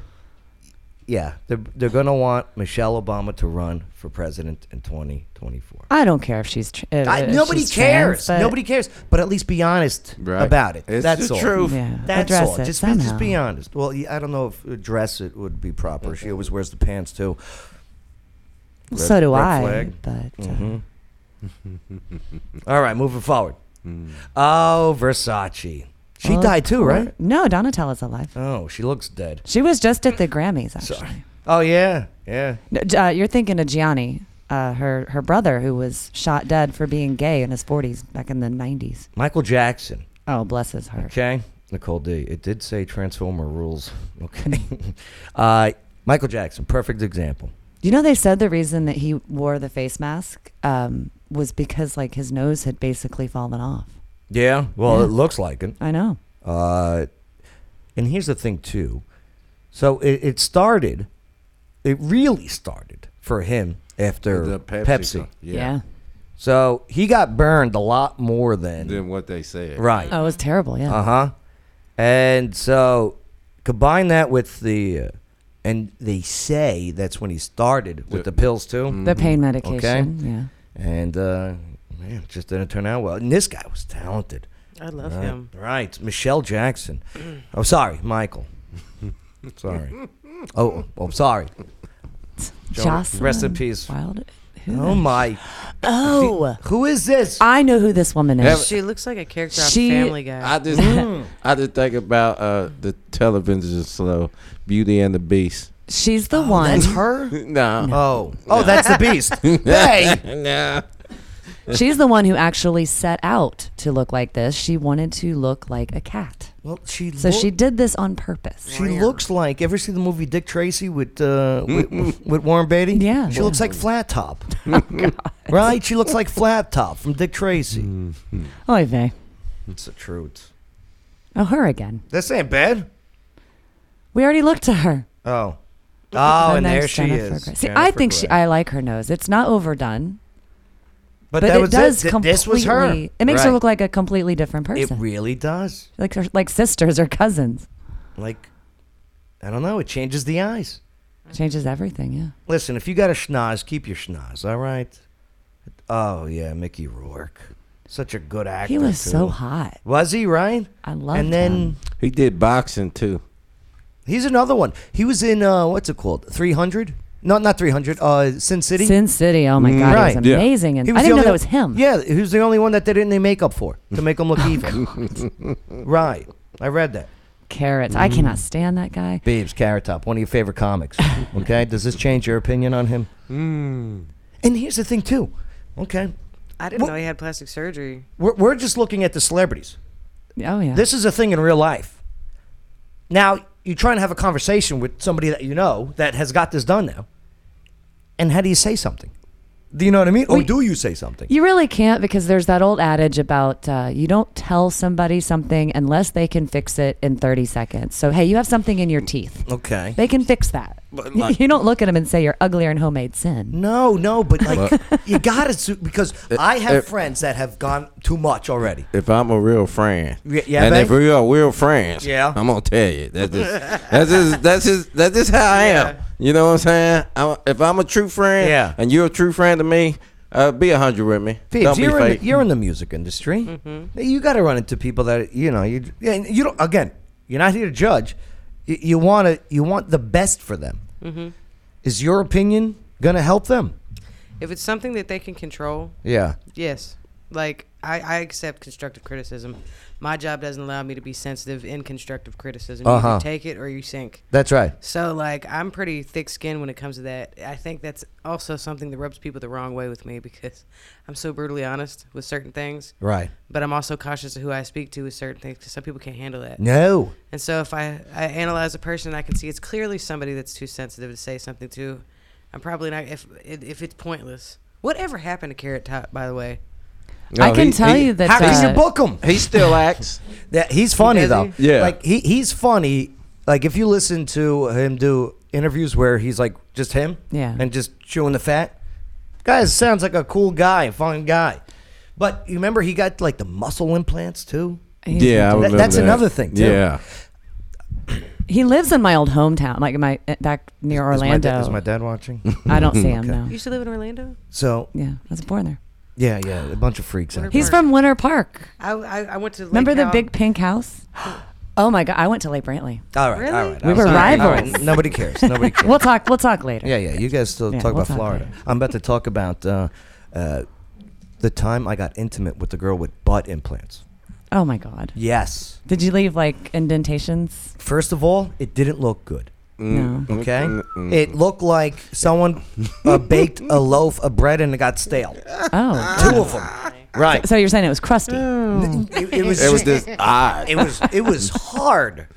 Speaker 2: yeah they're, they're gonna want michelle obama to run for president in 2024
Speaker 6: I don't care if she's. Tr- if
Speaker 2: I,
Speaker 6: if
Speaker 2: nobody
Speaker 6: she's
Speaker 2: cares
Speaker 6: trans, but-
Speaker 2: nobody cares but at least be honest
Speaker 3: Right.
Speaker 2: about it
Speaker 3: It's
Speaker 2: that's
Speaker 3: the
Speaker 2: all
Speaker 3: truth.
Speaker 6: Yeah.
Speaker 2: that's
Speaker 6: address
Speaker 2: all
Speaker 6: it
Speaker 2: just,
Speaker 6: somehow.
Speaker 2: just be honest well yeah, i don't know if a dress it would be proper she always wears the pants too Red-
Speaker 6: Well, so do
Speaker 2: red
Speaker 6: I.
Speaker 2: flag. Mm-hmm.
Speaker 6: But uh,
Speaker 2: all right moving forward
Speaker 3: Hmm.
Speaker 2: oh versace she
Speaker 6: well,
Speaker 2: died too
Speaker 6: or-
Speaker 2: right
Speaker 6: No, Donatella's alive.
Speaker 2: oh she looks dead
Speaker 6: She was just at the Grammys actually.
Speaker 2: oh yeah yeah
Speaker 6: No, G- Uh, you're thinking of Gianni, uh, her her brother, who was shot dead for being gay in his 40s back in the 90s.
Speaker 2: michael jackson
Speaker 6: Oh, bless his heart.
Speaker 2: Okay, Nicole D. It did say Transformer rules. Okay, uh, Michael Jackson, perfect example.
Speaker 6: You know, they said the reason that he wore the face mask um, was because like his nose had basically fallen off.
Speaker 2: Yeah, well,
Speaker 6: Yeah.
Speaker 2: it looks like it.
Speaker 6: I know.
Speaker 2: Uh, and here's the thing too. So it, it started. It really started for him after
Speaker 3: The
Speaker 2: Pepsi.
Speaker 3: Pepsi. co-
Speaker 6: Yeah.
Speaker 2: So he got burned a lot more than
Speaker 3: Than what they said.
Speaker 2: right.
Speaker 6: Oh, it was terrible. Yeah.
Speaker 2: Uh huh. And so combine that with the, uh, and they say that's when he started with the,
Speaker 3: The-
Speaker 2: pills too.
Speaker 6: the pain medication. Yeah.
Speaker 2: And uh, man, it just didn't turn out well. And this guy was talented.
Speaker 7: I love
Speaker 2: Right.
Speaker 7: him.
Speaker 2: Right. Michelle Jackson. oh, sorry, Michael. sorry. Oh, I'm sorry.
Speaker 6: Jocelyn
Speaker 2: rest in peace.
Speaker 6: Wild. Who
Speaker 2: Oh my.
Speaker 6: Oh,
Speaker 2: Who is this?
Speaker 6: I know who this woman is.
Speaker 3: Have-
Speaker 7: She looks like a character
Speaker 6: She-
Speaker 7: on Family Guy.
Speaker 3: I just I just think about uh, the television show Beauty and the Beast.
Speaker 6: She's the one.
Speaker 2: Oh, That's her.
Speaker 3: No.
Speaker 2: Oh, oh, that's the beast. hey,
Speaker 3: Nah.
Speaker 6: She's the one who actually set out to look like this. She wanted to look like a cat.
Speaker 2: well, she
Speaker 6: So
Speaker 2: look-
Speaker 6: she did this on purpose.
Speaker 2: she looks like. Ever see the movie Dick Tracy with uh, with, with Warren Beatty?
Speaker 6: Mm-hmm. Yeah. Mm-hmm. Oh,
Speaker 2: she looks like Flat Top. Right, she looks like Flat Top from Dick
Speaker 6: Mm-hmm.
Speaker 2: Tracy.
Speaker 6: Oy vey.
Speaker 2: It's the truth.
Speaker 6: Oh, her again.
Speaker 2: This ain't bad.
Speaker 6: We already looked at her.
Speaker 2: Oh. Oh,
Speaker 6: Her
Speaker 2: and there
Speaker 6: name's
Speaker 2: she
Speaker 6: Jennifer
Speaker 2: is.
Speaker 6: Grey. See, I think she.
Speaker 2: Grey.
Speaker 6: I like her nose. It's not overdone,
Speaker 2: but
Speaker 6: but
Speaker 2: that
Speaker 6: it
Speaker 2: was
Speaker 6: does
Speaker 2: Th-
Speaker 6: completely.
Speaker 2: This was her.
Speaker 6: It makes her look like a completely different
Speaker 2: It
Speaker 6: person,
Speaker 2: really does.
Speaker 6: like her, like sisters or cousins.
Speaker 2: Like, I don't know. It changes the eyes.
Speaker 6: Changes everything. Yeah.
Speaker 2: Listen, if you got a schnoz, keep your schnoz. All right. Oh yeah, Mickey Rourke, such a good actor.
Speaker 6: He was so
Speaker 2: too.
Speaker 6: hot.
Speaker 2: Was he right?
Speaker 6: I loved
Speaker 2: And then
Speaker 6: him.
Speaker 3: He did boxing too.
Speaker 2: he's another one. He was in uh, what's it called? Three hundred? No, not three hundred. Uh, Sin City.
Speaker 6: Sin City. Oh my God, he
Speaker 2: Right.
Speaker 6: was
Speaker 2: Yeah.
Speaker 6: amazing. And
Speaker 2: He
Speaker 6: I
Speaker 2: the
Speaker 6: didn't know
Speaker 2: only-
Speaker 6: that was him. Oh,
Speaker 2: Yeah, he was the only one that they didn't make up for to make him look even. right. I read that.
Speaker 6: Carrots. I cannot stand that guy.
Speaker 2: Babes, Carrot Top, one of your favorite comics. Okay, does this change your opinion on him? And here's the thing, too. Okay,
Speaker 7: I didn't know he had plastic surgery.
Speaker 2: we're, we're just looking at the celebrities.
Speaker 6: Oh yeah.
Speaker 2: This is a thing in real life. Now, you try and have a conversation with somebody that you know that has got this done now. And how do you say something? Do you know what I mean? Or do you say something?
Speaker 6: You really can't because there's that old adage about uh, you don't tell somebody something unless they can fix it in 30 seconds. So, hey, you have something in your teeth.
Speaker 2: Okay.
Speaker 6: They can fix that. you don't look at them and say you're uglier and homemade sin.
Speaker 2: No, no, but like you gotta su- because I have
Speaker 3: it-
Speaker 2: friends that have gone too much already.
Speaker 3: If I'm a real friend,
Speaker 2: Y- yeah,
Speaker 3: and
Speaker 2: babe?
Speaker 3: if we are real friends,
Speaker 2: Yeah.
Speaker 3: I'm gonna tell you that is that's just that's just that's just how I am. You know what I'm saying? I'm, if I'm a true friend,
Speaker 2: Yeah.
Speaker 3: and you're a true friend to me, uh, be a hundred with me.
Speaker 2: Fibs,
Speaker 3: Don't be
Speaker 2: you're, in
Speaker 3: fake.
Speaker 2: the, you're in the music industry. You got to run into people that you know. You yeah, and you don't. Again, you're not here to judge. You, you want to. You want the best for them. Is your opinion gonna help them?
Speaker 7: If it's something that they can control,
Speaker 2: Yeah.
Speaker 7: yes. like I, I accept constructive criticism. My job doesn't allow me to be sensitive in constructive criticism. You
Speaker 2: Uh-huh.
Speaker 7: either take it or you sink.
Speaker 2: That's right.
Speaker 7: So like I'm pretty thick skinned when it comes to that. I think that's also something that rubs people the wrong way with me because I'm so brutally honest with certain things.
Speaker 2: Right.
Speaker 7: But I'm also cautious of who I speak to with certain things because some people can't handle that.
Speaker 2: No.
Speaker 7: And so if I, I analyze a person, I can see it's clearly somebody that's too sensitive to say something to. I'm probably not if if it's pointless. Whatever happened to Carrot Top, by the way?
Speaker 6: I can tell you that.
Speaker 2: How can
Speaker 6: uh,
Speaker 2: you book him?
Speaker 3: He still acts.
Speaker 2: That he's funny
Speaker 7: Does
Speaker 2: though.
Speaker 3: he? Yeah.
Speaker 2: Like he he's funny. Like if you listen to him do interviews where he's like just him.
Speaker 6: Yeah.
Speaker 2: And just chewing the fat. Guy sounds like a cool guy, fun guy. But you remember he got like the muscle implants too.
Speaker 6: he's-
Speaker 2: That- remember that's that. another thing, too. Yeah.
Speaker 6: He lives in my old hometown, like in my uh, back near Orlando.
Speaker 2: Is my, da- is my dad watching?
Speaker 6: I don't see him now.
Speaker 7: You used to live in Orlando.
Speaker 2: so
Speaker 6: Yeah, I was born there.
Speaker 2: yeah, yeah, a bunch of freaks. Out. there.
Speaker 6: He's from Winter Park.
Speaker 7: I, I, I went to Lake
Speaker 6: Remember the
Speaker 7: Powell.
Speaker 6: big pink house? Oh my god, I went to Lake Brantley.
Speaker 2: All right, all
Speaker 7: Really?
Speaker 2: right.
Speaker 6: We
Speaker 2: I'm
Speaker 6: were
Speaker 2: sorry. All
Speaker 6: rivals.
Speaker 2: right, Nobody cares. Nobody cares.
Speaker 6: We'll talk. We'll talk later.
Speaker 2: Yeah, yeah. You guys still
Speaker 6: Yeah,
Speaker 2: talk
Speaker 6: we'll
Speaker 2: about
Speaker 6: talk
Speaker 2: Florida.
Speaker 6: later.
Speaker 2: I'm about to talk about uh, uh, the time I got intimate with the girl with butt implants.
Speaker 6: Oh my god.
Speaker 2: Yes.
Speaker 6: Did you leave like indentations?
Speaker 2: First of all, it didn't look good.
Speaker 6: No.
Speaker 2: Okay.
Speaker 3: Mm-hmm,
Speaker 2: It looked like someone uh, baked a loaf of bread and it got stale.
Speaker 6: Oh.
Speaker 2: Mm. Two of them. Mm. Right.
Speaker 6: So you're saying it was crusty?
Speaker 2: It, it was.
Speaker 3: It was
Speaker 2: just-
Speaker 3: just odd.
Speaker 2: It was. It was hard.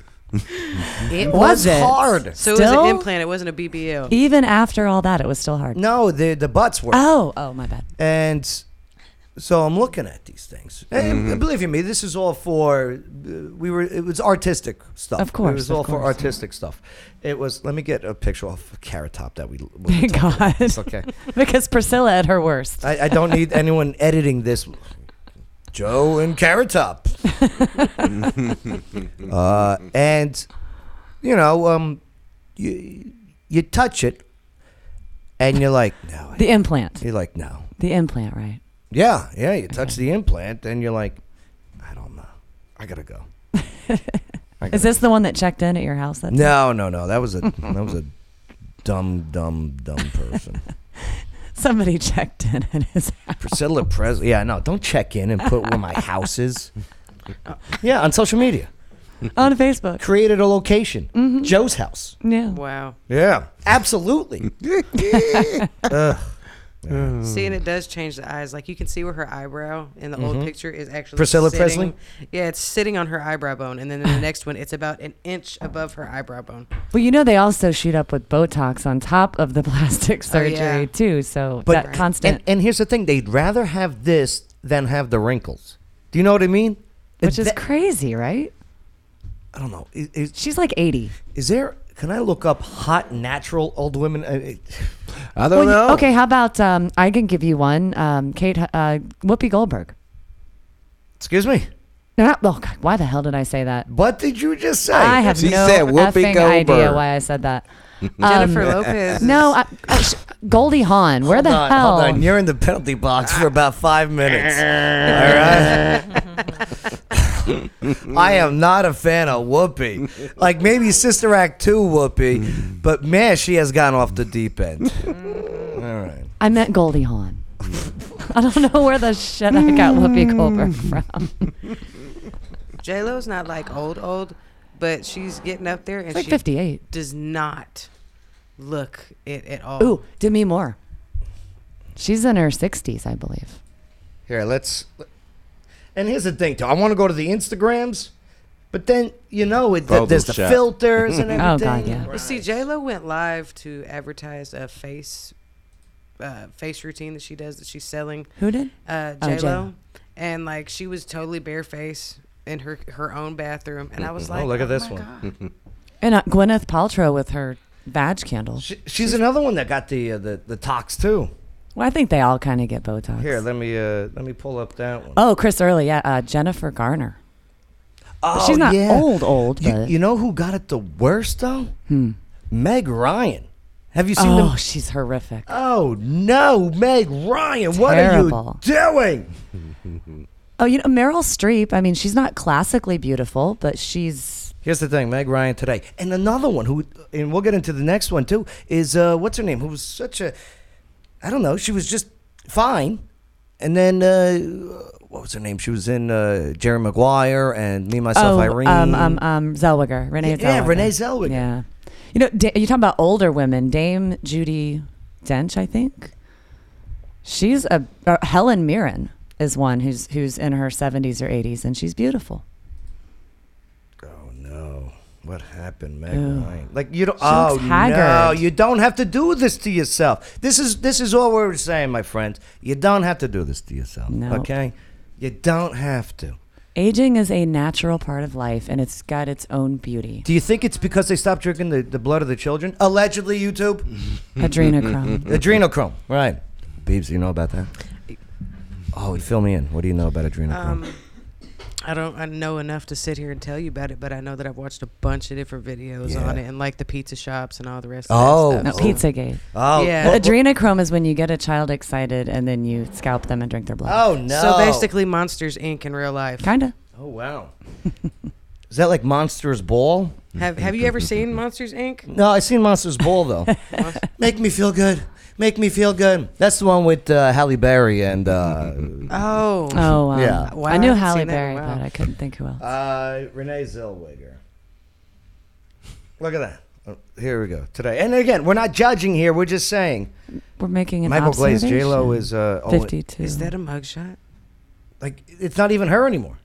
Speaker 6: It
Speaker 2: was hard.
Speaker 7: So it
Speaker 6: Still?
Speaker 7: was an implant. It wasn't a BBL.
Speaker 6: Even after all that, it was still hard.
Speaker 2: No, the the butts were.
Speaker 6: Oh. Oh my bad.
Speaker 2: And so I'm looking at these things. And believe you me, this is all for uh, we were. It was artistic stuff.
Speaker 6: Of course,
Speaker 2: it was
Speaker 6: of
Speaker 2: all for
Speaker 6: course.
Speaker 2: artistic stuff. It was. Let me get a picture off Carrot Top that we. we
Speaker 6: Thank
Speaker 2: talked about.
Speaker 6: God.
Speaker 2: It's okay.
Speaker 6: because Priscilla at her worst.
Speaker 2: I, I don't need anyone editing this. Joe and Carrot Top. uh, and you know, um, you you touch it, and you're like, no.
Speaker 6: the implant.
Speaker 2: You're like, no.
Speaker 6: The implant, right?
Speaker 2: Yeah, yeah. You touch the implant, and you're like, I don't know. I gotta go.
Speaker 6: Is this the one that checked in at your house? That
Speaker 2: No, no, no. That was a that was a dumb, dumb, dumb person.
Speaker 6: somebody checked in at his house.
Speaker 2: Priscilla Presley. Yeah, no. Don't check in and put where my house is. Yeah, on social media,
Speaker 6: on Facebook.
Speaker 2: created a location,
Speaker 6: Mm-hmm.
Speaker 2: Joe's house.
Speaker 6: Yeah.
Speaker 7: Wow.
Speaker 2: Yeah, absolutely.
Speaker 7: See,
Speaker 6: Mm.
Speaker 7: and it does change the eyes. Like you can see where her eyebrow in the
Speaker 6: Mm-hmm.
Speaker 7: old picture is actually
Speaker 2: Priscilla
Speaker 7: sitting-
Speaker 2: Presley?
Speaker 7: Yeah, it's sitting on her eyebrow bone, and then in the next one, it's about an inch above her eyebrow bone.
Speaker 6: Well, you know they also shoot up with Botox on top of the plastic surgery
Speaker 7: yeah.
Speaker 6: too. So
Speaker 2: But-
Speaker 6: that
Speaker 2: Right.
Speaker 6: constant.
Speaker 2: And, and here's the thing: they'd rather have this than have the wrinkles. Do you know what I mean?
Speaker 6: which is
Speaker 2: That-
Speaker 6: crazy, right?
Speaker 2: I don't know. It- it-
Speaker 6: She's like 80.
Speaker 2: Is there? Can I look up hot natural old women? Uh, it-
Speaker 3: I don't
Speaker 6: Well,
Speaker 3: know.
Speaker 6: Okay, how about um, I can give you one. Um, Kate, uh, Whoopi Goldberg.
Speaker 2: Excuse me.
Speaker 6: No, oh, God, why the hell did I say that?
Speaker 2: What did you just say?
Speaker 6: I have
Speaker 3: She
Speaker 6: no
Speaker 3: said Whoopi
Speaker 6: effing idea
Speaker 3: Goldberg.
Speaker 6: why I said that.
Speaker 7: Jennifer Lopez.
Speaker 6: Um, No, I, I sh- Goldie Hawn. Where the
Speaker 2: Hold on,
Speaker 6: hell?
Speaker 2: hold on. You're in the penalty box for about five minutes. All right. I am not a fan of Whoopi. Like maybe Sister Act two Whoopi, but man, she has gone off the deep end. All right.
Speaker 6: I meant Goldie Hawn. I don't know where the shit I got Whoopi Goldberg from.
Speaker 7: J Lo's not like old old, but she's getting up there, and
Speaker 6: Like
Speaker 7: she
Speaker 6: 58.
Speaker 7: does not look it at all.
Speaker 6: Ooh, Demi Moore. She's in her 60s, I believe.
Speaker 2: Here, let's. And here's the thing, too. I want to go to the Instagrams, but then you know it, there's the
Speaker 3: Photoshop.
Speaker 2: filters and everything.
Speaker 6: Oh, God, yeah.
Speaker 7: Well, see, J Lo went live to advertise a face, uh, face routine that she does that she's selling.
Speaker 6: Who did?
Speaker 7: Uh,
Speaker 6: Oh,
Speaker 7: J
Speaker 6: J.Lo.
Speaker 7: Lo, and like she was totally barefaced in her her own bathroom, and I was like,
Speaker 2: Oh, look at this
Speaker 7: my
Speaker 2: one.
Speaker 7: God.
Speaker 6: And uh, Gwyneth Paltrow with her badge candle.
Speaker 2: She, she's another one that got the uh, the the tox too.
Speaker 6: Well, I think they all kind of get Botox.
Speaker 2: Here, let me uh, let me pull up that one.
Speaker 6: Oh, Chris Early, yeah, uh, Jennifer Garner.
Speaker 2: Oh,
Speaker 6: she's not old, old,
Speaker 2: You,
Speaker 6: but- Hmm.
Speaker 2: you know who got it the worst though? Meg Ryan. Have you seen
Speaker 6: Oh,
Speaker 2: them?
Speaker 6: she's horrific.
Speaker 2: Oh no, Meg Ryan! What
Speaker 6: Terrible.
Speaker 2: are you doing?
Speaker 6: Oh, you know Meryl Streep. I mean, she's not classically beautiful, but she's
Speaker 2: Here's the thing, Meg Ryan today, and another one who, and we'll get into the next one too. Is uh, what's her name? Who was such a, I don't know. She was just fine, And then uh, what was her name? She was in uh, Jerry Maguire and Me Myself
Speaker 6: oh,
Speaker 2: Irene.
Speaker 6: um, um, um, Zellweger, Renee
Speaker 2: Yeah,
Speaker 6: Zellweger.
Speaker 2: yeah, Renee Zellweger.
Speaker 6: Yeah. You know, da- you're talking about older women. Dame Judy Dench, I think. She's a or Helen Mirren is one who's who's in her 70s or 80s, and she's beautiful.
Speaker 2: Oh no. What happened, Meg
Speaker 6: Ugh.
Speaker 2: Ryan? Like you don't.
Speaker 6: looks
Speaker 2: oh no,
Speaker 6: haggard.
Speaker 2: you don't have to do this to yourself. This is this is all we're saying, my friends. You don't have to do this to yourself.
Speaker 6: No.
Speaker 2: Okay, you don't have to.
Speaker 6: Aging is a natural part of life, and it's got its own beauty.
Speaker 2: Do you think it's because they stopped drinking the, the blood of the children? Allegedly, YouTube
Speaker 6: Adrenochrome.
Speaker 2: adrenochrome. Right, Beebs, do you know about that? Oh, fill me in. What do you know about adrenochrome?
Speaker 7: Um, I don't I know enough to sit here and tell you about it, but I know that I've watched a bunch of different videos
Speaker 2: Yeah.
Speaker 7: on it and like the pizza shops and all the rest
Speaker 2: Oh.
Speaker 7: of that
Speaker 6: no,
Speaker 7: stuff.
Speaker 6: Pizzagate.
Speaker 2: oh,
Speaker 7: yeah.
Speaker 2: well-
Speaker 6: Adrenochrome is when you get a child excited and then you scalp them and drink their blood.
Speaker 2: oh no.
Speaker 7: So basically Monsters Inc. in real life.
Speaker 6: Kinda.
Speaker 2: Oh wow. Is that like Monsters Ball?
Speaker 7: Have have you ever seen Monsters Inc?
Speaker 2: No, I seen Monsters Ball though. Make me feel good. Make me feel good. That's the one with uh, Halle Berry and uh,
Speaker 7: Oh.
Speaker 6: Oh, um,
Speaker 2: Yeah.
Speaker 7: Wow,
Speaker 6: I knew
Speaker 7: I haven't
Speaker 6: Halle
Speaker 7: seen that in a
Speaker 6: Berry,
Speaker 7: while.
Speaker 6: but I couldn't think who else.
Speaker 2: uh, Renee Zellweger. Look at that. Oh, Here we go today. And again, we're not judging here. We're just saying
Speaker 6: We're making an
Speaker 2: Michael Glaze,
Speaker 6: observation.
Speaker 2: J Lo is uh, only-
Speaker 6: 52.
Speaker 7: Is that a mugshot?
Speaker 2: like it's not even her anymore.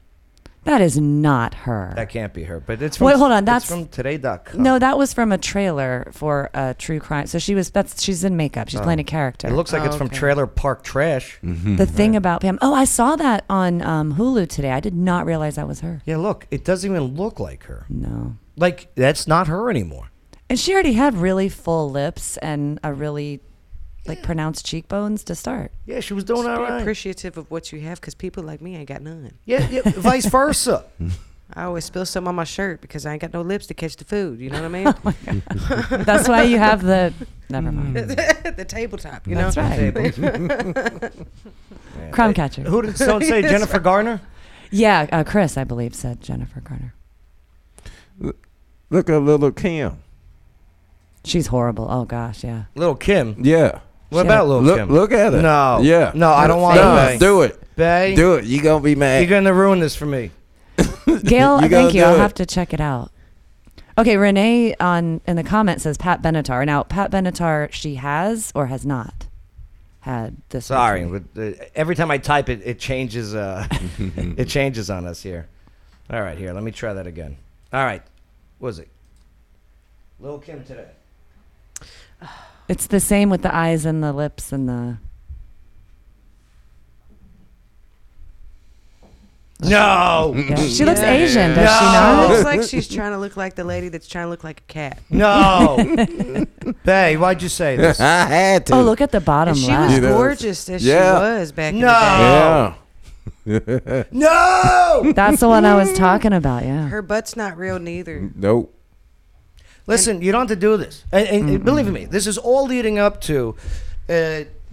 Speaker 6: that is not her.
Speaker 2: That can't be her. But it's from,
Speaker 6: Wait, hold on,
Speaker 2: it's
Speaker 6: that's-
Speaker 2: from today.com.
Speaker 6: no, that was from a trailer for a true crime. So she was that's she's in makeup. She's playing a character.
Speaker 2: Oh. it looks like
Speaker 7: Oh,
Speaker 2: it's from
Speaker 7: okay.
Speaker 2: Trailer Park Trash.
Speaker 6: the thing about Pam. Oh, I saw that on um, Hulu today. I did not realize that was her.
Speaker 2: Yeah, look, it doesn't even look like her.
Speaker 6: No.
Speaker 2: Like that's not her anymore.
Speaker 6: And she already had really full lips and a really like pronounced cheekbones to start.
Speaker 2: Yeah, she was doing
Speaker 7: Just
Speaker 2: all
Speaker 7: be
Speaker 2: right.
Speaker 7: appreciative of what you have because people like me ain't got none.
Speaker 2: Yeah, yeah vice versa.
Speaker 7: I always spill some on my shirt because I ain't got no lips to catch the food. You know what I mean?
Speaker 6: That's why you have the never
Speaker 2: Hmm.
Speaker 6: mind.
Speaker 7: the tabletop, you
Speaker 6: That's
Speaker 7: know?
Speaker 6: right. Crumb catcher.
Speaker 2: Who did someone say? Jennifer Garner.
Speaker 6: Yeah, uh, Chris, I believe, said Jennifer Garner.
Speaker 3: Look at little Kim.
Speaker 6: She's horrible. Oh gosh, yeah.
Speaker 2: Little Kim.
Speaker 3: Yeah.
Speaker 2: What
Speaker 6: Shit.
Speaker 2: about Little
Speaker 3: Look,
Speaker 2: Kim?
Speaker 3: look at her.
Speaker 2: No.
Speaker 3: Yeah.
Speaker 2: No, I don't want
Speaker 3: no,
Speaker 2: to.
Speaker 3: Do it.
Speaker 2: Bay,
Speaker 3: Do it. You gonna be
Speaker 2: you're
Speaker 3: mad.
Speaker 2: gonna ruin this for me.
Speaker 6: Gail,
Speaker 3: You
Speaker 6: thank
Speaker 3: gotta
Speaker 6: you.
Speaker 3: do
Speaker 6: I'll
Speaker 3: it.
Speaker 6: have to check it out. Okay, Renee on in the comment says Pat Benatar. Now, Pat Benatar, she has or has not had this.
Speaker 2: Sorry,
Speaker 6: surgery.
Speaker 2: but uh, every time I type it, it changes. Uh, it changes on us here. All right, here. Let me try that again. All right, what was it? Little Kim today.
Speaker 6: It's the same with the eyes and the lips and the.
Speaker 2: No,
Speaker 6: Yeah.
Speaker 3: Mm,
Speaker 6: She looks Asian, does she
Speaker 7: It
Speaker 6: not?
Speaker 7: looks like she's trying to look like the lady that's trying to look like a cat.
Speaker 2: no. Bay, why'd you say this?
Speaker 3: I had to.
Speaker 6: Oh, look at the bottom
Speaker 7: And she
Speaker 6: left.
Speaker 7: was
Speaker 3: You know,
Speaker 7: gorgeous as
Speaker 3: yeah.
Speaker 7: she was back in
Speaker 2: No.
Speaker 7: the day.
Speaker 2: Oh.
Speaker 3: Yeah.
Speaker 2: No.
Speaker 6: That's the one I was talking about. Yeah.
Speaker 7: Her butt's not real neither.
Speaker 6: Mm.
Speaker 3: Nope.
Speaker 2: Listen, you don't have to do this. And, and- and believe me, this is all leading up to. Uh,